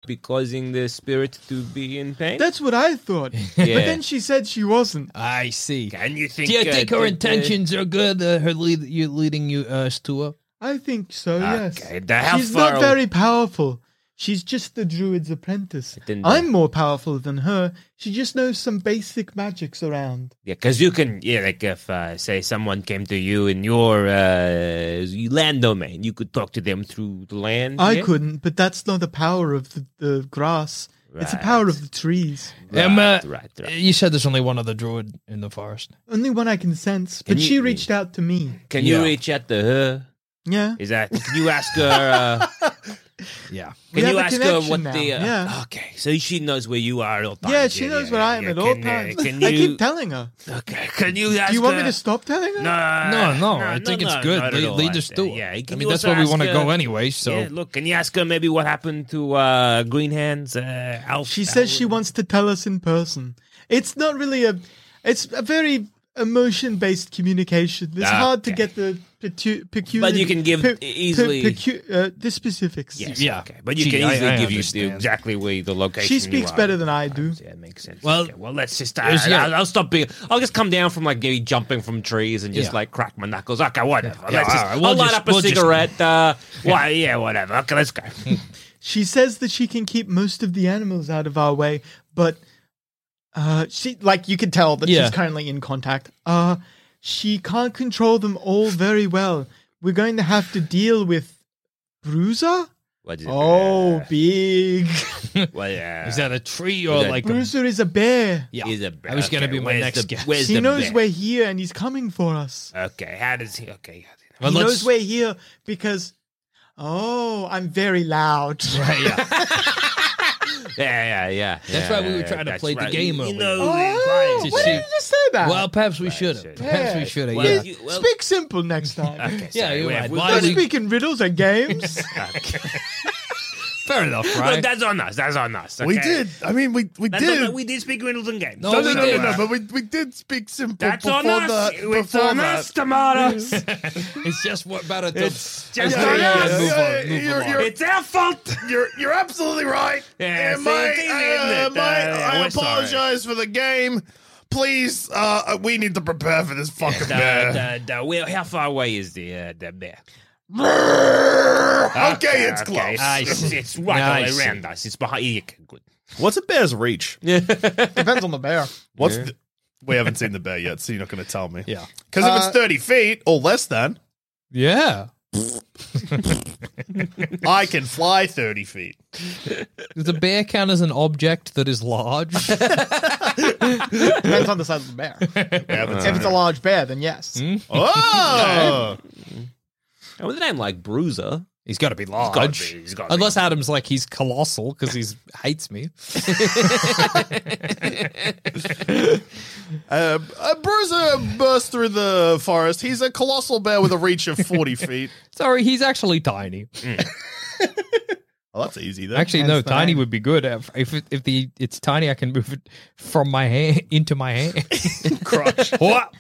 [SPEAKER 5] be causing the spirit to be in pain?
[SPEAKER 3] That's what I thought. But then she said she wasn't.
[SPEAKER 4] I see.
[SPEAKER 5] Can you think?
[SPEAKER 4] Do you
[SPEAKER 5] uh,
[SPEAKER 4] think her
[SPEAKER 5] that, uh,
[SPEAKER 4] intentions are good? Uh, her lead, you leading you uh, us to her.
[SPEAKER 3] I think so,
[SPEAKER 5] Ah, Okay, the
[SPEAKER 3] yes.
[SPEAKER 5] how
[SPEAKER 3] She's
[SPEAKER 5] far
[SPEAKER 3] not
[SPEAKER 5] aw-
[SPEAKER 3] very powerful. She's just the druid's apprentice.
[SPEAKER 5] didn't-
[SPEAKER 3] I'm more powerful than her. She just knows some basic magics around.
[SPEAKER 5] Yeah, because you can, yeah, like if, uh, say, someone came to you in your uh, land domain, you could talk to them through the land.
[SPEAKER 3] I
[SPEAKER 5] yeah?
[SPEAKER 3] couldn't, but that's not the power of the, the grass. It's the power
[SPEAKER 5] Right.
[SPEAKER 3] of the trees.
[SPEAKER 5] Right,
[SPEAKER 4] Emma,
[SPEAKER 5] right, right.
[SPEAKER 4] you said there's only one other druid in the forest.
[SPEAKER 3] Only one I can sense. But
[SPEAKER 5] Can you-
[SPEAKER 3] she reached out to me.
[SPEAKER 5] Can
[SPEAKER 4] Yeah.
[SPEAKER 5] you reach out to her?
[SPEAKER 3] Yeah.
[SPEAKER 5] Is that? Can you ask her? Uh,
[SPEAKER 4] Yeah.
[SPEAKER 3] We
[SPEAKER 5] can
[SPEAKER 3] have
[SPEAKER 5] you
[SPEAKER 3] a
[SPEAKER 5] ask her
[SPEAKER 3] connection
[SPEAKER 5] what
[SPEAKER 3] now,
[SPEAKER 5] the? Uh, Oh,
[SPEAKER 3] yeah.
[SPEAKER 5] Okay, so she knows where you are at all times.
[SPEAKER 3] Yeah, she knows where
[SPEAKER 5] yeah,
[SPEAKER 3] I am
[SPEAKER 5] yeah.
[SPEAKER 3] at all
[SPEAKER 5] Can, uh,
[SPEAKER 3] times.
[SPEAKER 5] can
[SPEAKER 3] I
[SPEAKER 5] you?
[SPEAKER 3] keep telling her.
[SPEAKER 5] okay, can you ask?
[SPEAKER 3] Do you want me
[SPEAKER 5] her-
[SPEAKER 3] to stop telling her?
[SPEAKER 5] No,
[SPEAKER 4] No, no, I think it's
[SPEAKER 5] Uh, no,
[SPEAKER 4] good.
[SPEAKER 5] not at
[SPEAKER 4] Lead,
[SPEAKER 5] all,
[SPEAKER 4] lead
[SPEAKER 5] I
[SPEAKER 4] us
[SPEAKER 5] think.
[SPEAKER 4] to it.
[SPEAKER 5] Yeah,
[SPEAKER 4] I
[SPEAKER 5] can
[SPEAKER 4] mean,
[SPEAKER 5] you
[SPEAKER 4] that's
[SPEAKER 5] also
[SPEAKER 4] where we want to
[SPEAKER 5] ask
[SPEAKER 4] go
[SPEAKER 5] her-
[SPEAKER 4] anyway. So
[SPEAKER 5] Yeah, look, can you ask her maybe what happened to uh, Green Hands? Uh, Alf?
[SPEAKER 3] She says she wants to tell us in person. It's not really a. It's a very emotion based communication. It's hard to
[SPEAKER 5] Ah, Okay.
[SPEAKER 3] get the pecu- pecu-
[SPEAKER 5] But you can give e-,
[SPEAKER 3] pe-
[SPEAKER 5] easily-
[SPEAKER 3] pe- pecu- uh, the specifics.
[SPEAKER 5] Yes,
[SPEAKER 4] Yeah.
[SPEAKER 5] okay. But you
[SPEAKER 4] Gee,
[SPEAKER 5] can
[SPEAKER 4] I-
[SPEAKER 5] easily
[SPEAKER 4] I
[SPEAKER 5] give you
[SPEAKER 4] understand.
[SPEAKER 5] the, exactly where the location.
[SPEAKER 3] She
[SPEAKER 5] you
[SPEAKER 3] speaks
[SPEAKER 5] are.
[SPEAKER 3] better than I do.
[SPEAKER 5] Yeah, it makes sense.
[SPEAKER 4] Well,
[SPEAKER 5] Well, okay. well, let's just. Uh,
[SPEAKER 4] there's- yeah.
[SPEAKER 5] I'll, I'll stop being. I'll just come down from like maybe jumping from trees and just
[SPEAKER 4] Yeah.
[SPEAKER 5] like crack my knuckles. Okay, whatever.
[SPEAKER 4] Yeah,
[SPEAKER 5] let's just,
[SPEAKER 4] all right, we'll
[SPEAKER 5] I'll light
[SPEAKER 4] just-
[SPEAKER 5] up a
[SPEAKER 4] we'll just-
[SPEAKER 5] cigarette. uh, Why? Yeah, whatever. Okay, let's go.
[SPEAKER 3] She says that she can keep most of the animals out of our way, but Uh, she like you can tell that
[SPEAKER 4] Yeah.
[SPEAKER 3] she's currently in contact. Uh, she can't control them all very well. We're going to have to deal with Bruiser.
[SPEAKER 5] What is it?
[SPEAKER 3] Oh, big
[SPEAKER 5] Well, yeah.
[SPEAKER 4] Is that a tree or
[SPEAKER 5] that
[SPEAKER 4] like a,
[SPEAKER 3] Bruiser is a bear.
[SPEAKER 4] yeah?
[SPEAKER 5] He's a-
[SPEAKER 4] I was gonna
[SPEAKER 5] okay,
[SPEAKER 4] be my
[SPEAKER 5] where's
[SPEAKER 4] next
[SPEAKER 5] the,
[SPEAKER 4] guess.
[SPEAKER 5] Where's
[SPEAKER 3] he
[SPEAKER 5] the
[SPEAKER 3] knows
[SPEAKER 5] bear?
[SPEAKER 3] we're here and he's coming for us.
[SPEAKER 5] Okay, how does he? Okay, how does he-
[SPEAKER 4] Well,
[SPEAKER 3] he knows
[SPEAKER 4] let's-
[SPEAKER 3] we're here because oh, I'm very loud.
[SPEAKER 4] Right, yeah.
[SPEAKER 5] yeah, yeah, yeah.
[SPEAKER 4] That's
[SPEAKER 5] yeah,
[SPEAKER 4] why we
[SPEAKER 5] yeah,
[SPEAKER 4] were
[SPEAKER 5] yeah,
[SPEAKER 4] trying to
[SPEAKER 5] that's
[SPEAKER 4] play the
[SPEAKER 5] right.
[SPEAKER 4] game
[SPEAKER 5] You
[SPEAKER 4] earlier.
[SPEAKER 5] know,
[SPEAKER 3] Oh,
[SPEAKER 4] Did
[SPEAKER 3] why
[SPEAKER 4] she-
[SPEAKER 3] didn't you say that?
[SPEAKER 4] Well, perhaps we should have.
[SPEAKER 5] shit.
[SPEAKER 4] Perhaps we
[SPEAKER 3] Yeah.
[SPEAKER 4] should have.
[SPEAKER 5] Well,
[SPEAKER 4] Yeah.
[SPEAKER 5] you- well,
[SPEAKER 3] Speak simple next time.
[SPEAKER 5] okay,
[SPEAKER 4] Yeah,
[SPEAKER 5] sorry,
[SPEAKER 4] you're
[SPEAKER 5] we
[SPEAKER 4] right.
[SPEAKER 5] have-
[SPEAKER 4] Why
[SPEAKER 3] Don't
[SPEAKER 4] we-
[SPEAKER 3] speak in riddles or games.
[SPEAKER 4] Fair enough,
[SPEAKER 5] Well,
[SPEAKER 4] right?
[SPEAKER 5] that's on us. That's on us.
[SPEAKER 6] We
[SPEAKER 5] okay?
[SPEAKER 6] did. I mean, we we
[SPEAKER 5] That's
[SPEAKER 6] did.
[SPEAKER 5] on- we did speak riddles and games.
[SPEAKER 4] No,
[SPEAKER 6] no,
[SPEAKER 4] we
[SPEAKER 6] no, no,
[SPEAKER 4] did.
[SPEAKER 6] no, no, but we, we did speak simple
[SPEAKER 5] That's
[SPEAKER 6] before
[SPEAKER 5] on us.
[SPEAKER 6] the
[SPEAKER 5] It's
[SPEAKER 6] before
[SPEAKER 5] on
[SPEAKER 6] that.
[SPEAKER 5] us, tomatoes.
[SPEAKER 4] it's just what about it?
[SPEAKER 5] It's
[SPEAKER 4] Okay,
[SPEAKER 5] just
[SPEAKER 6] Yeah,
[SPEAKER 5] on
[SPEAKER 6] yeah,
[SPEAKER 5] us.
[SPEAKER 6] yeah,
[SPEAKER 4] move
[SPEAKER 6] yeah,
[SPEAKER 4] on, move
[SPEAKER 6] you're-
[SPEAKER 4] along.
[SPEAKER 6] you're-
[SPEAKER 5] It's our fault.
[SPEAKER 6] You're you're absolutely right.
[SPEAKER 5] Yeah,
[SPEAKER 6] And
[SPEAKER 5] see,
[SPEAKER 6] my,
[SPEAKER 5] it's easy, isn't
[SPEAKER 6] uh,
[SPEAKER 5] it?
[SPEAKER 6] my-
[SPEAKER 5] Uh,
[SPEAKER 6] I
[SPEAKER 5] we're sorry.
[SPEAKER 6] apologize for the game. Please, uh, we need to prepare for this fucking
[SPEAKER 5] Da,
[SPEAKER 6] bear.
[SPEAKER 5] da, da. Well, how far away is the uh, the bear?
[SPEAKER 6] okay, it's
[SPEAKER 5] okay.
[SPEAKER 6] close.
[SPEAKER 5] I see. It's right
[SPEAKER 4] I
[SPEAKER 5] all
[SPEAKER 4] see.
[SPEAKER 5] around us. It's behind. Yeah, okay, good.
[SPEAKER 9] What's a bear's reach?
[SPEAKER 3] Depends on the bear.
[SPEAKER 6] What's the, we haven't seen the bear yet, so you're not going to tell me. Uh,
[SPEAKER 4] Yeah.
[SPEAKER 6] because if it's thirty feet or less than,
[SPEAKER 4] yeah.
[SPEAKER 6] I can fly thirty feet.
[SPEAKER 4] Does a bear count as an object that is large?
[SPEAKER 3] Depends on the size of the bear.
[SPEAKER 6] We haven't
[SPEAKER 3] If
[SPEAKER 6] seen
[SPEAKER 3] it's a
[SPEAKER 6] it.
[SPEAKER 3] large bear, then yes.
[SPEAKER 6] Oh,
[SPEAKER 5] And with a name like Bruiser,
[SPEAKER 4] he's got to be large.
[SPEAKER 5] gotta be, he's gotta be.
[SPEAKER 4] Unless Adam's like he's colossal because he's hates me.
[SPEAKER 6] uh, a bruiser burst through the forest. He's a colossal bear with a reach of forty feet.
[SPEAKER 4] Sorry, he's actually tiny.
[SPEAKER 6] Oh, that's easy though.
[SPEAKER 4] Actually,
[SPEAKER 3] Hence
[SPEAKER 4] no,
[SPEAKER 3] the
[SPEAKER 4] tiny
[SPEAKER 3] name.
[SPEAKER 4] would be good. If if, if the it's tiny, I can move it from my hand into my hand.
[SPEAKER 6] crotch.
[SPEAKER 3] All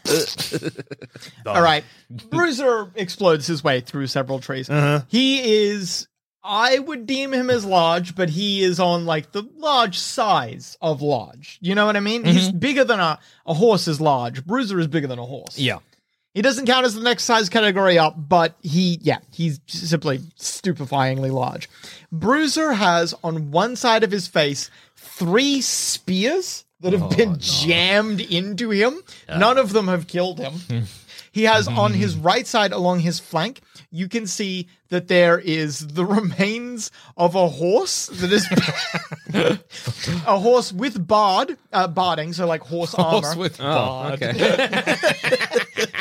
[SPEAKER 3] right. Bruiser explodes his way through several trees. He is, I would deem him as large, but he is on like the large size of large. You know what I mean? He's bigger than a, a horse is large. Bruiser is bigger than a horse.
[SPEAKER 4] yeah,
[SPEAKER 3] He doesn't count as the next size category up, but he, yeah, he's simply stupefyingly large. Bruiser has on one side of his face three spears that have been jammed into him. None of them have killed him. he has on his right side along his flank, you can see that there is the remains of a horse that is a horse with bard, uh, barding, so like horse armor.
[SPEAKER 4] horse with
[SPEAKER 5] Oh,
[SPEAKER 4] bard.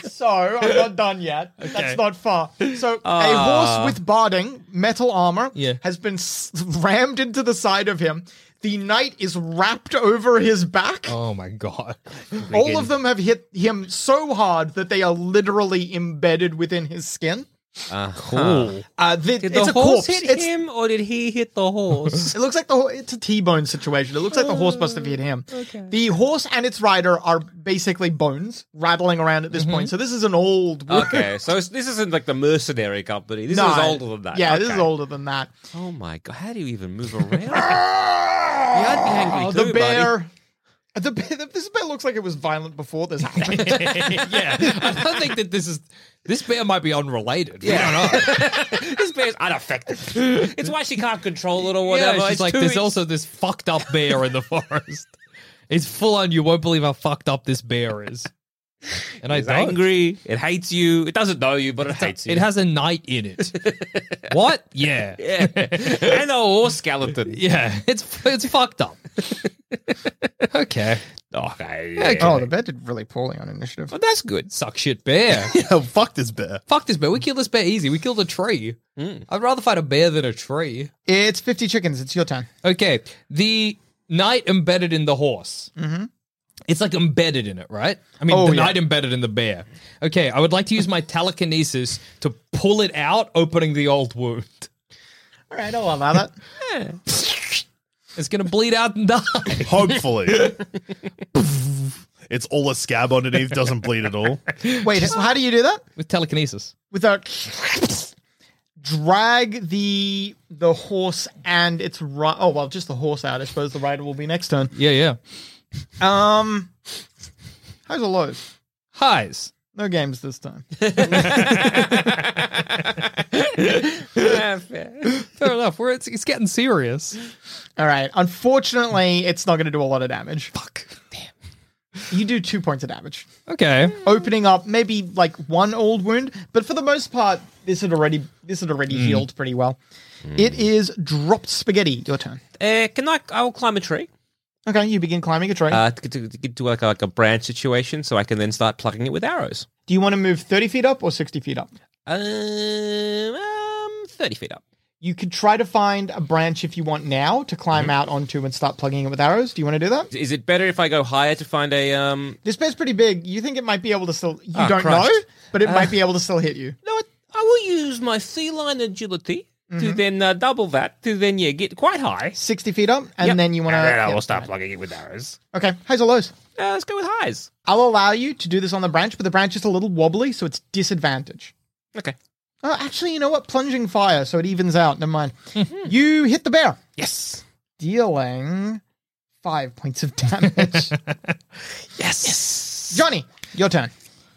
[SPEAKER 3] So I'm not done yet. That's not far. So
[SPEAKER 1] Ah.
[SPEAKER 3] a horse with barding, metal armor,
[SPEAKER 4] Yeah.
[SPEAKER 3] has been s- rammed into the side of him. The knight is wrapped over his back.
[SPEAKER 4] Oh my god!
[SPEAKER 3] All of them have hit him so hard that they are literally embedded within his skin.
[SPEAKER 4] Cool.
[SPEAKER 3] Uh, the,
[SPEAKER 1] Uh-huh. Did
[SPEAKER 3] it's
[SPEAKER 1] the
[SPEAKER 3] a
[SPEAKER 1] horse
[SPEAKER 3] corpse.
[SPEAKER 1] hit
[SPEAKER 3] It's-
[SPEAKER 1] him, or did he hit the horse?
[SPEAKER 3] It looks like the ho- it's a T-bone situation. It looks like the horse must have hit him. The horse and its rider are basically bones rattling around at this
[SPEAKER 1] Mm-hmm.
[SPEAKER 3] point. So this is an old
[SPEAKER 1] Oh,
[SPEAKER 3] wound.
[SPEAKER 5] okay, so it's, this isn't like the mercenary company. This is
[SPEAKER 3] No.
[SPEAKER 5] older than that.
[SPEAKER 3] Yeah, this
[SPEAKER 5] Okay.
[SPEAKER 3] is older than that.
[SPEAKER 5] Oh my god! How do you even move around? you had me angry
[SPEAKER 3] Oh,
[SPEAKER 5] too,
[SPEAKER 3] the bear. The bear. This bear looks like it was violent before this happened.
[SPEAKER 4] yeah, I don't think that this is this bear might be unrelated. Yeah,
[SPEAKER 5] buddy. this bear's unaffected. It's why she can't control it or whatever.
[SPEAKER 4] yeah. She's
[SPEAKER 5] it's
[SPEAKER 4] like
[SPEAKER 5] too-
[SPEAKER 4] there's also this fucked up bear in the forest. It's full on. You won't believe how fucked up this bear is. And I
[SPEAKER 5] It's
[SPEAKER 4] don't.
[SPEAKER 5] angry. It hates you. It doesn't know you, but it hates you.
[SPEAKER 4] It has a knight in it. what? Yeah.
[SPEAKER 5] Yeah. and a horse skeleton.
[SPEAKER 4] Yeah, it's it's fucked up. okay,
[SPEAKER 5] Okay.
[SPEAKER 3] oh, the bear did really poorly on initiative.
[SPEAKER 5] Well, that's good.
[SPEAKER 4] suck shit bear.
[SPEAKER 6] Oh, fuck this bear.
[SPEAKER 4] Fuck this bear. We killed this bear easy. We killed a tree.
[SPEAKER 5] Mm.
[SPEAKER 4] I'd rather fight a bear than a tree.
[SPEAKER 3] It's fifty chickens. It's your turn.
[SPEAKER 4] Okay, the knight embedded in the horse. Mm-hmm. It's like embedded in it, right? I mean,
[SPEAKER 3] Oh,
[SPEAKER 4] the
[SPEAKER 3] yeah.
[SPEAKER 4] knight embedded in the bear. Okay, I would like to use my telekinesis to pull it out, opening the old wound.
[SPEAKER 3] All right, I'll allow that.
[SPEAKER 4] It's gonna bleed out and die.
[SPEAKER 6] Hopefully. it's all a scab underneath, doesn't bleed at all.
[SPEAKER 3] Wait, how do you do that?
[SPEAKER 4] With telekinesis.
[SPEAKER 3] Without drag the the horse and its ri Oh well, just the horse out. I suppose the rider will be next turn.
[SPEAKER 4] Yeah, yeah.
[SPEAKER 3] Um, highs or lows?
[SPEAKER 4] Highs.
[SPEAKER 3] No games this time.
[SPEAKER 4] Yeah, fair. fair enough. We're, it's, it's getting serious.
[SPEAKER 3] All right. Unfortunately, it's not going to do a lot of damage.
[SPEAKER 4] Fuck. Damn.
[SPEAKER 3] You do two points of damage,
[SPEAKER 4] Okay.
[SPEAKER 3] opening up maybe like one old wound, but for the most part, this had already this had
[SPEAKER 5] Mm.
[SPEAKER 3] already healed pretty well. It is dropped spaghetti. Your turn.
[SPEAKER 5] Uh, can I? I'll climb a tree
[SPEAKER 3] Okay, you begin climbing a tree.
[SPEAKER 5] uh, to, to, to get to like, a- like a branch situation, so I can then start plucking it with arrows.
[SPEAKER 3] do you want to move thirty feet up or sixty feet up?
[SPEAKER 5] Um, um, thirty feet up.
[SPEAKER 3] You could try to find a branch if you want now to climb
[SPEAKER 5] Mm-hmm.
[SPEAKER 3] out onto and start plugging it with arrows. Do you want to do that?
[SPEAKER 5] Is it better if I go higher to find a? Um,
[SPEAKER 3] This bed's pretty big. You think it might be able to still? You
[SPEAKER 5] Ah,
[SPEAKER 3] don't
[SPEAKER 5] Christ. Uh.
[SPEAKER 3] know, but it might be able to still hit you.
[SPEAKER 5] no, I will use my feline agility to then uh, double that to then yeah get quite high.
[SPEAKER 3] Sixty feet up, and
[SPEAKER 5] Yep.
[SPEAKER 3] then you want to.
[SPEAKER 4] I will stop plugging it with arrows.
[SPEAKER 3] Okay, highs or lows?
[SPEAKER 5] Uh, let's go with highs.
[SPEAKER 3] I'll allow you to do this on the branch, but the branch is a little wobbly, so it's disadvantage.
[SPEAKER 5] Okay.
[SPEAKER 3] Oh, actually, you know what? Plunging fire, so it evens out. Never mind. you hit the bear,
[SPEAKER 5] Mm-hmm. Yes.
[SPEAKER 3] dealing five points of damage.
[SPEAKER 5] Yes.
[SPEAKER 3] Johnny, your turn.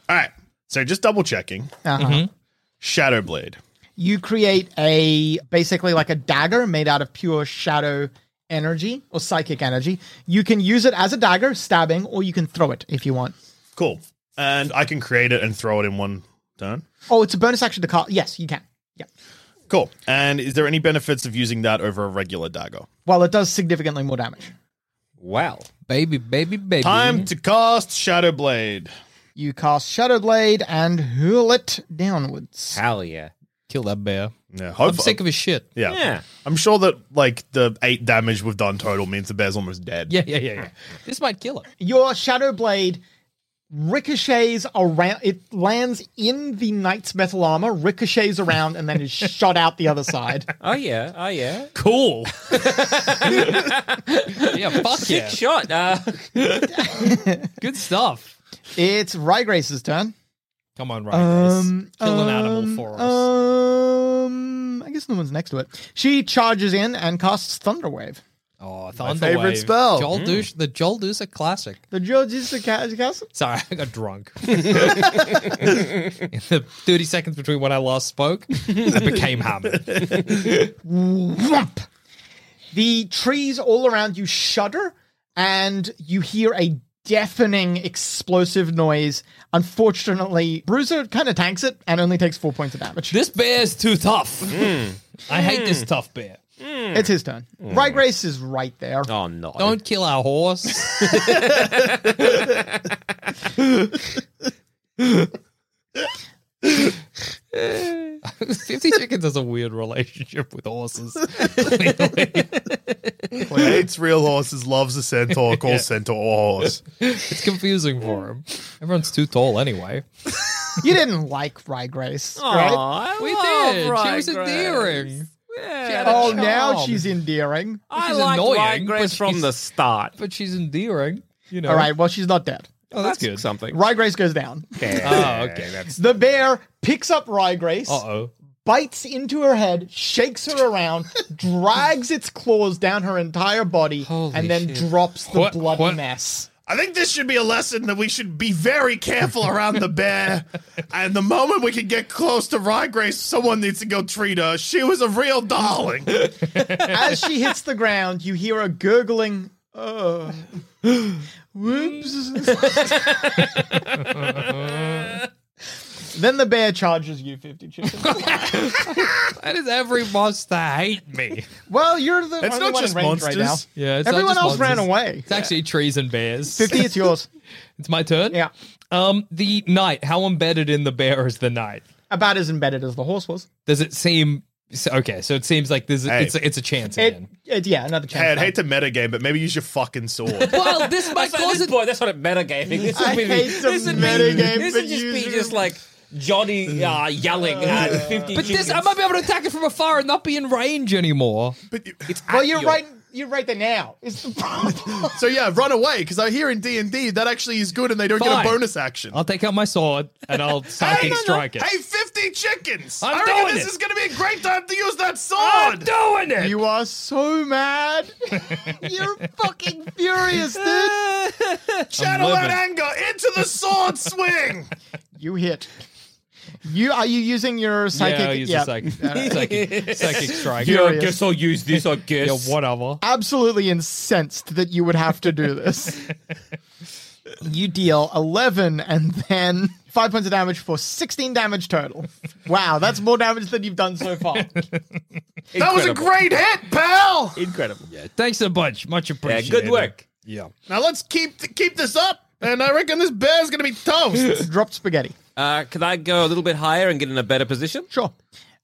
[SPEAKER 6] All right. So just double checking.
[SPEAKER 3] Uh-huh.
[SPEAKER 5] Mm-hmm.
[SPEAKER 6] Shadow blade.
[SPEAKER 3] You create a basically like a dagger made out of pure shadow energy or psychic energy. You can use it as a dagger, stabbing, or you can throw it if you want.
[SPEAKER 6] Cool. And I can create it and throw it in one turn.
[SPEAKER 3] Oh, it's a bonus action to cast. Yes, you can. Yeah.
[SPEAKER 6] Cool. And is there any benefits of using that over a regular dagger?
[SPEAKER 3] Well, it does significantly more damage.
[SPEAKER 5] Wow.
[SPEAKER 4] Baby, baby, baby.
[SPEAKER 6] Time to cast Shadow Blade.
[SPEAKER 3] You cast Shadow Blade and hurl it downwards.
[SPEAKER 5] Hell yeah.
[SPEAKER 4] kill that bear.
[SPEAKER 6] Yeah,
[SPEAKER 4] I'm
[SPEAKER 6] hope- uh,
[SPEAKER 4] sick of his shit.
[SPEAKER 6] yeah.
[SPEAKER 5] Yeah.
[SPEAKER 6] I'm sure that like the eight damage we've done total means the bear's almost dead.
[SPEAKER 4] Yeah, yeah, yeah, yeah. This might kill him.
[SPEAKER 3] Your Shadow Blade ricochets around, it lands in the knight's metal armor, ricochets around, and then is shot out the other side.
[SPEAKER 5] Oh yeah. Oh yeah.
[SPEAKER 4] Cool. yeah, fuck
[SPEAKER 5] Good
[SPEAKER 4] yeah.
[SPEAKER 5] shot. Uh,
[SPEAKER 4] Good stuff.
[SPEAKER 3] It's Rygrace's turn.
[SPEAKER 4] Come on, Ryan. kill an animal
[SPEAKER 3] um,
[SPEAKER 4] for us.
[SPEAKER 3] Um, I guess no one's next to it. She charges in and casts Thunderwave.
[SPEAKER 4] oh, Thunder
[SPEAKER 6] favorite
[SPEAKER 4] Wave.
[SPEAKER 6] spell. Hmm.
[SPEAKER 4] Joel Dush, the Joel Dusa classic.
[SPEAKER 3] The judge is the ca- castle.
[SPEAKER 4] Sorry, I got drunk. In the 30 seconds between when I last spoke, I became hammered.
[SPEAKER 3] Whomp! The trees all around you shudder, and you hear a deafening explosive noise. Unfortunately, Bruiser kind of tanks it and only takes four points of damage.
[SPEAKER 4] This bear's too tough.
[SPEAKER 6] Hmm.
[SPEAKER 4] I hate this tough bear.
[SPEAKER 3] It's his turn. Rygrace is right there.
[SPEAKER 5] oh no.
[SPEAKER 4] Don't kill our horse. Fifty Chickens has a weird relationship with horses.
[SPEAKER 6] Hates real horses, loves a centaur, calls centaur a horse.
[SPEAKER 4] it's confusing for him. Everyone's too tall anyway.
[SPEAKER 3] You didn't like Rygrace, right?
[SPEAKER 5] Aw, I
[SPEAKER 4] We
[SPEAKER 5] love
[SPEAKER 4] did. She was
[SPEAKER 5] Ryegrass.
[SPEAKER 4] endearing.
[SPEAKER 5] Yeah.
[SPEAKER 4] She had a
[SPEAKER 3] Oh,
[SPEAKER 4] charm.
[SPEAKER 3] now she's endearing.
[SPEAKER 5] I
[SPEAKER 4] is
[SPEAKER 5] like
[SPEAKER 4] annoying, but
[SPEAKER 5] Ryegrass from
[SPEAKER 4] she's-
[SPEAKER 5] the start.
[SPEAKER 4] but she's endearing. You know.
[SPEAKER 3] All right, well, she's not dead.
[SPEAKER 4] Oh, that's, good.
[SPEAKER 5] Something.
[SPEAKER 3] Rygrace goes down.
[SPEAKER 4] Oh, okay. That's.
[SPEAKER 3] The bear picks up Rygrace.
[SPEAKER 4] Uh oh.
[SPEAKER 3] bites into her head, shakes her around, drags its claws down her entire body,
[SPEAKER 4] Holy
[SPEAKER 3] and then
[SPEAKER 4] shit.
[SPEAKER 3] drops the
[SPEAKER 4] What-
[SPEAKER 3] bloody
[SPEAKER 4] what-
[SPEAKER 3] mess.
[SPEAKER 6] I think this should be a lesson that we should be very careful around the bear. And the moment we can get close to Rygrace, someone needs to go treat her. She was a real darling.
[SPEAKER 3] As she hits the ground, you hear a gurgling. Oh, whoops. then the bear charges you 50 chickens.
[SPEAKER 4] That is every monster hate me.
[SPEAKER 3] Well, you're the
[SPEAKER 6] It's
[SPEAKER 3] only
[SPEAKER 6] not
[SPEAKER 3] one
[SPEAKER 6] just
[SPEAKER 3] in range
[SPEAKER 6] monsters.
[SPEAKER 3] right now.
[SPEAKER 4] Yeah. It's not
[SPEAKER 3] Everyone
[SPEAKER 4] just
[SPEAKER 3] else ran
[SPEAKER 4] monsters.
[SPEAKER 3] away.
[SPEAKER 4] It's actually trees and bears.
[SPEAKER 3] 50, it's yours.
[SPEAKER 4] It's my turn.
[SPEAKER 3] Yeah.
[SPEAKER 4] Um, the knight. How embedded in the bear is the knight?
[SPEAKER 3] About as embedded as the horse was.
[SPEAKER 4] Does it seem? so- Okay, so it seems like there's
[SPEAKER 6] Hey.
[SPEAKER 4] it's it's a chance
[SPEAKER 3] It,
[SPEAKER 4] again.
[SPEAKER 3] it, yeah, another chance.
[SPEAKER 6] Hey, I'd hate to metagame, but maybe use your fucking sword.
[SPEAKER 4] Well, this might
[SPEAKER 5] That's like,
[SPEAKER 4] cause
[SPEAKER 5] this
[SPEAKER 4] it.
[SPEAKER 5] boy, that's not a metagaming. This
[SPEAKER 3] I
[SPEAKER 5] would be,
[SPEAKER 3] hate the
[SPEAKER 5] this would
[SPEAKER 3] metagame,
[SPEAKER 5] be, this
[SPEAKER 3] but
[SPEAKER 5] would just be
[SPEAKER 3] usually-
[SPEAKER 5] just like Johnny uh, yelling at 50
[SPEAKER 4] But this, I
[SPEAKER 5] chickens.
[SPEAKER 4] might be able to attack it from afar and not be in range anymore.
[SPEAKER 6] But you-
[SPEAKER 3] Well, you're
[SPEAKER 5] your-
[SPEAKER 3] right. You're right there now. Is the problem.
[SPEAKER 6] so yeah, run away because I hear in D and D that actually is good, and they don't
[SPEAKER 4] Fine.
[SPEAKER 6] get a bonus action.
[SPEAKER 4] I'll take out my sword and I'll psychic strike it.
[SPEAKER 6] Hey, 50 chickens!
[SPEAKER 4] I'm
[SPEAKER 6] I reckon
[SPEAKER 4] doing
[SPEAKER 6] this
[SPEAKER 4] it.
[SPEAKER 6] is going to be a great time to use that
[SPEAKER 4] I'm
[SPEAKER 6] sword!
[SPEAKER 4] doing it.
[SPEAKER 3] You are so mad. You're fucking furious, dude.
[SPEAKER 6] Channel that
[SPEAKER 4] living.
[SPEAKER 6] anger into the sword swing!
[SPEAKER 3] You hit. You are you using your psychic?
[SPEAKER 5] yeah, I'll use
[SPEAKER 3] yeah.
[SPEAKER 5] the psychic, psychic, psychic strike.
[SPEAKER 3] Yeah, I
[SPEAKER 5] I
[SPEAKER 3] Furious.
[SPEAKER 5] guess
[SPEAKER 3] guess
[SPEAKER 5] I'll use this. I guess.
[SPEAKER 4] Yeah, whatever.
[SPEAKER 3] Absolutely incensed that you would have to do this. you deal eleven and then five points of damage for sixteen damage total. Wow, that's more damage than you've done so far.
[SPEAKER 6] That was a great hit, pal.
[SPEAKER 5] incredible. Yeah,
[SPEAKER 4] Thanks a bunch. Much appreciated.
[SPEAKER 5] good work.
[SPEAKER 4] Yeah.
[SPEAKER 6] Now let's keep keep this up, and I reckon this bear's gonna be toast.
[SPEAKER 3] Drop spaghetti.
[SPEAKER 5] Uh, could I go a little bit higher and get in a better position?
[SPEAKER 3] Sure.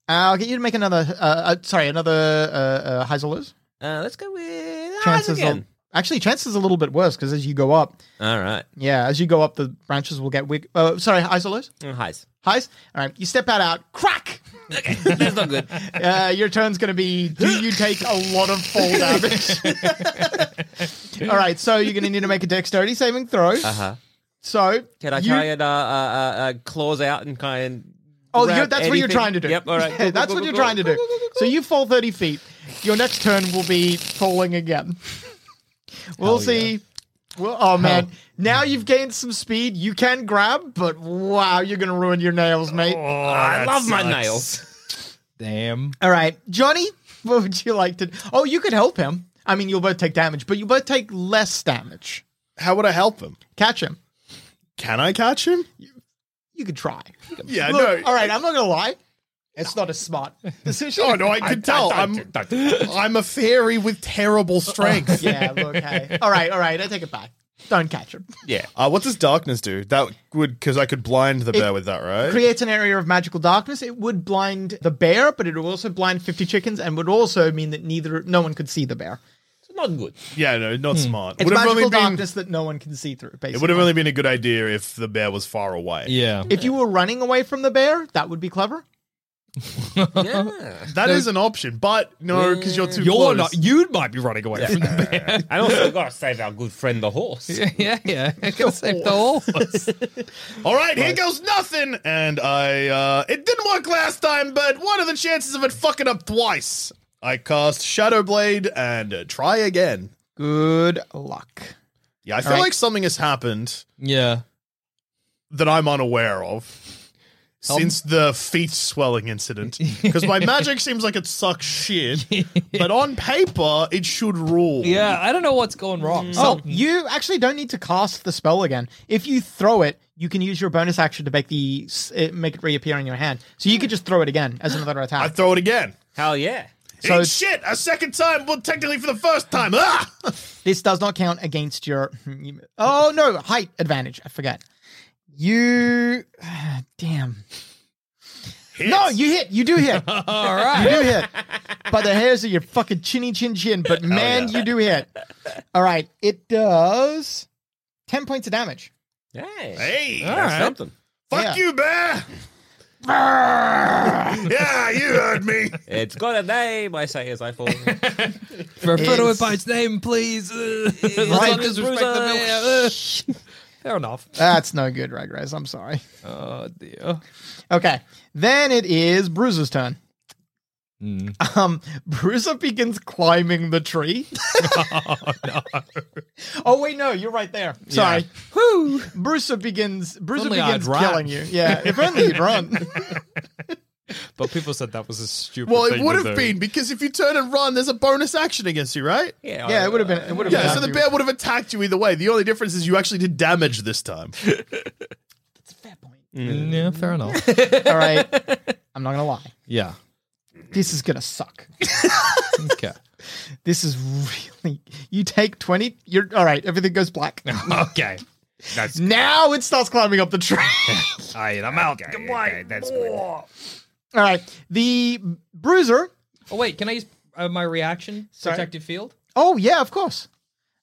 [SPEAKER 3] I'll get you to make another. Uh, uh, sorry, another uh, uh, highs or lows.
[SPEAKER 5] Uh, let's go with eyes
[SPEAKER 3] Chances
[SPEAKER 5] again.
[SPEAKER 3] are, actually chances are a little bit worse because as you go up,
[SPEAKER 5] All right,
[SPEAKER 3] yeah, as you go up, the branches will get wig. Uh, sorry, highs or lows.
[SPEAKER 5] Uh, highs.
[SPEAKER 3] Highs. All right, you step out. Out. Crack.
[SPEAKER 5] That's not good.
[SPEAKER 3] Uh, your turn's going to be. Do you take a lot of fall damage? All right, so you're going to need to make a dexterity saving throw.
[SPEAKER 5] Uh-huh.
[SPEAKER 3] So
[SPEAKER 5] Can I
[SPEAKER 3] you-
[SPEAKER 5] try and uh, uh, uh, uh, claws out and kind of?
[SPEAKER 3] Oh,
[SPEAKER 5] grab
[SPEAKER 3] you're, that's what you're
[SPEAKER 5] anything?
[SPEAKER 3] trying to do.
[SPEAKER 5] Yep. All right.
[SPEAKER 3] Yeah,
[SPEAKER 5] Go, go,
[SPEAKER 3] that's
[SPEAKER 5] go,
[SPEAKER 3] what
[SPEAKER 5] go,
[SPEAKER 3] you're
[SPEAKER 5] go.
[SPEAKER 3] trying to
[SPEAKER 5] Go,
[SPEAKER 3] do.
[SPEAKER 5] go, go, go, go.
[SPEAKER 3] So you fall 30 feet. Your next turn will be falling again. We'll see. Well, oh, man. Now you've gained some speed. You can grab, but wow, you're going to ruin your nails, mate.
[SPEAKER 4] Oh,
[SPEAKER 5] uh, I love my nails.
[SPEAKER 4] Damn.
[SPEAKER 3] All right. Johnny, what would you like to Oh, you could help him. I mean, you'll both take damage, but you both take less damage.
[SPEAKER 6] How would I help him?
[SPEAKER 3] Catch him.
[SPEAKER 6] Can I catch him?
[SPEAKER 3] You could try.
[SPEAKER 6] Yeah,
[SPEAKER 3] Look,
[SPEAKER 6] no.
[SPEAKER 3] All right, I'm not going to lie. It's not a smart decision.
[SPEAKER 6] Oh no, I can tell. I'm I'm a fairy with terrible strength.
[SPEAKER 3] yeah, look, hey. All right, all right, I take it back. Don't catch him.
[SPEAKER 5] Yeah.
[SPEAKER 9] Uh, what does darkness do? That would because I could blind the bear with that, right?
[SPEAKER 3] Creates an area of magical darkness. It would blind the bear, but it would also blind 50 chickens and would also mean that neither no one could see the bear.
[SPEAKER 5] It's not good.
[SPEAKER 9] yeah, no, not smart.
[SPEAKER 3] It's
[SPEAKER 9] Would have
[SPEAKER 3] magical
[SPEAKER 9] only been
[SPEAKER 3] darkness that no one can see through, basically.
[SPEAKER 9] it would have only been a good idea if the bear was far away.
[SPEAKER 4] Yeah.
[SPEAKER 3] if you were running away from the bear, that would be clever.
[SPEAKER 5] Yeah.
[SPEAKER 6] That is an option, but no, because you're too
[SPEAKER 4] You're
[SPEAKER 6] close.
[SPEAKER 4] not. You might be running away from the bear.
[SPEAKER 5] and also, we gotta save our good friend the horse.
[SPEAKER 4] yeah, yeah. I can save the whole.
[SPEAKER 6] All right, here goes nothing. And I, uh, it didn't work last time, but what are the chances of it fucking up twice? I cast Shadow Blade and uh, try again.
[SPEAKER 3] Good luck.
[SPEAKER 6] Yeah, I feel
[SPEAKER 3] right.
[SPEAKER 6] like something has happened
[SPEAKER 4] Yeah.
[SPEAKER 6] that I'm unaware of since the feet swelling incident. Because my magic seems like it sucks shit, but on paper, it should rule.
[SPEAKER 4] Yeah. I don't know what's going wrong.
[SPEAKER 9] Mm.
[SPEAKER 3] Oh, you actually don't need to cast the spell again. If you throw it, you can use your bonus action to make the s- uh, make it reappear in your hand. So you could just throw it again as another attack.
[SPEAKER 6] I throw it again.
[SPEAKER 5] Hell yeah.
[SPEAKER 6] Eat shit! A second time, well, technically for the first time. Ah!
[SPEAKER 3] This does not count against your. Oh no, height advantage. I forget. You, damn. No, you hit. You do hit.
[SPEAKER 4] All right.
[SPEAKER 3] You do hit. By the hairs of your fucking chinny chin chin. But
[SPEAKER 4] Oh,
[SPEAKER 3] man, you do hit. All right, it does ten points of damage.
[SPEAKER 5] Hey.
[SPEAKER 6] Hey!
[SPEAKER 5] That's something.
[SPEAKER 6] Fuck
[SPEAKER 3] Yeah.
[SPEAKER 6] you, bear! yeah, you heard me.
[SPEAKER 5] It's got a name, I say as I fall.
[SPEAKER 4] Refer to
[SPEAKER 3] It's-
[SPEAKER 4] it by its name, please. Let's
[SPEAKER 3] Right.
[SPEAKER 4] not disrespect the bear. Fair enough.
[SPEAKER 3] That's no good, Regress. I'm sorry.
[SPEAKER 4] Oh dear.
[SPEAKER 3] Okay, then it is Bruiser's turn.
[SPEAKER 4] Hmm.
[SPEAKER 3] Um, Bruiser begins climbing the tree. oh, wait, no, you're right there. Sorry. Whoo! Bruiser begins. Bruiser
[SPEAKER 4] only I'd
[SPEAKER 3] begins
[SPEAKER 4] run.
[SPEAKER 3] killing you. Yeah, if only you'd run.
[SPEAKER 4] But people said that was a stupid.
[SPEAKER 6] Well, it would have been because if you turn and run, there's a bonus action against you, right?
[SPEAKER 4] Oh,
[SPEAKER 3] yeah, it would have been. It would have
[SPEAKER 6] Yeah,
[SPEAKER 3] been.
[SPEAKER 6] so
[SPEAKER 3] after
[SPEAKER 6] the
[SPEAKER 3] you.
[SPEAKER 6] bear would have attacked you either way. The only difference is you actually did damage this time.
[SPEAKER 4] Yeah, fair enough.
[SPEAKER 3] All right, I'm not gonna lie.
[SPEAKER 4] yeah.
[SPEAKER 3] This is gonna suck.
[SPEAKER 4] Okay.
[SPEAKER 3] This is really. You take twenty. You're all right. Everything goes black.
[SPEAKER 4] okay.
[SPEAKER 3] now it starts climbing up the tree.
[SPEAKER 4] All right, I'm out. Goodbye. that's good.
[SPEAKER 3] All right, the Bruiser
[SPEAKER 4] Oh wait, can I use uh, my reaction protective field?
[SPEAKER 3] Oh yeah, of course.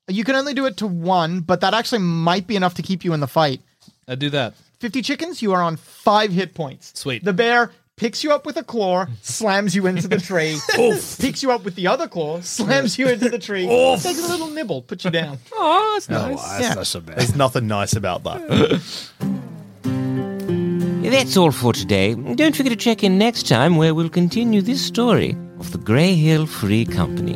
[SPEAKER 3] You can only do it to one, but that actually might be enough to keep you in the fight.
[SPEAKER 4] I Uh, do that.
[SPEAKER 3] Fifty chickens, you are on five hit points.
[SPEAKER 4] Sweet.
[SPEAKER 3] The bear picks you up with a claw, slams you into the tree. Picks you up with the other claw, slams you into the tree. Takes a little nibble, puts you down.
[SPEAKER 4] Oh, that's nice.
[SPEAKER 3] Yeah.
[SPEAKER 9] There's nothing nice about that.
[SPEAKER 1] That's all for today. Don't forget to check in next time where we'll continue this story of the Grey Hill Free Company.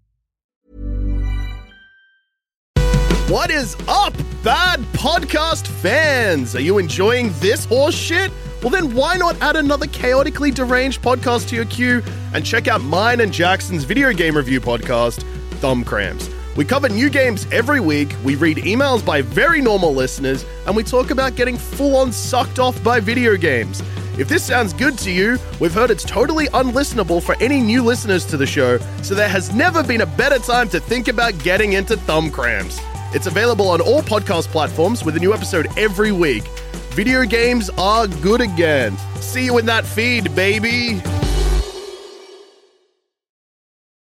[SPEAKER 6] What is up, bad podcast fans? Are you enjoying this horse shit? Well, then why not add another chaotically deranged podcast to your queue and check out mine and Jackson's video game review podcast, Thumb Cramps? We cover new games every week, we read emails by very normal listeners, and we talk about getting full on sucked off by video games. If this sounds good to you, we've heard it's totally unlistenable for any new listeners to the show, so there has never been a better time to think about getting into thumb cramps. It's available on all podcast platforms with a new episode every week. Video games are good again. See you in that feed, baby.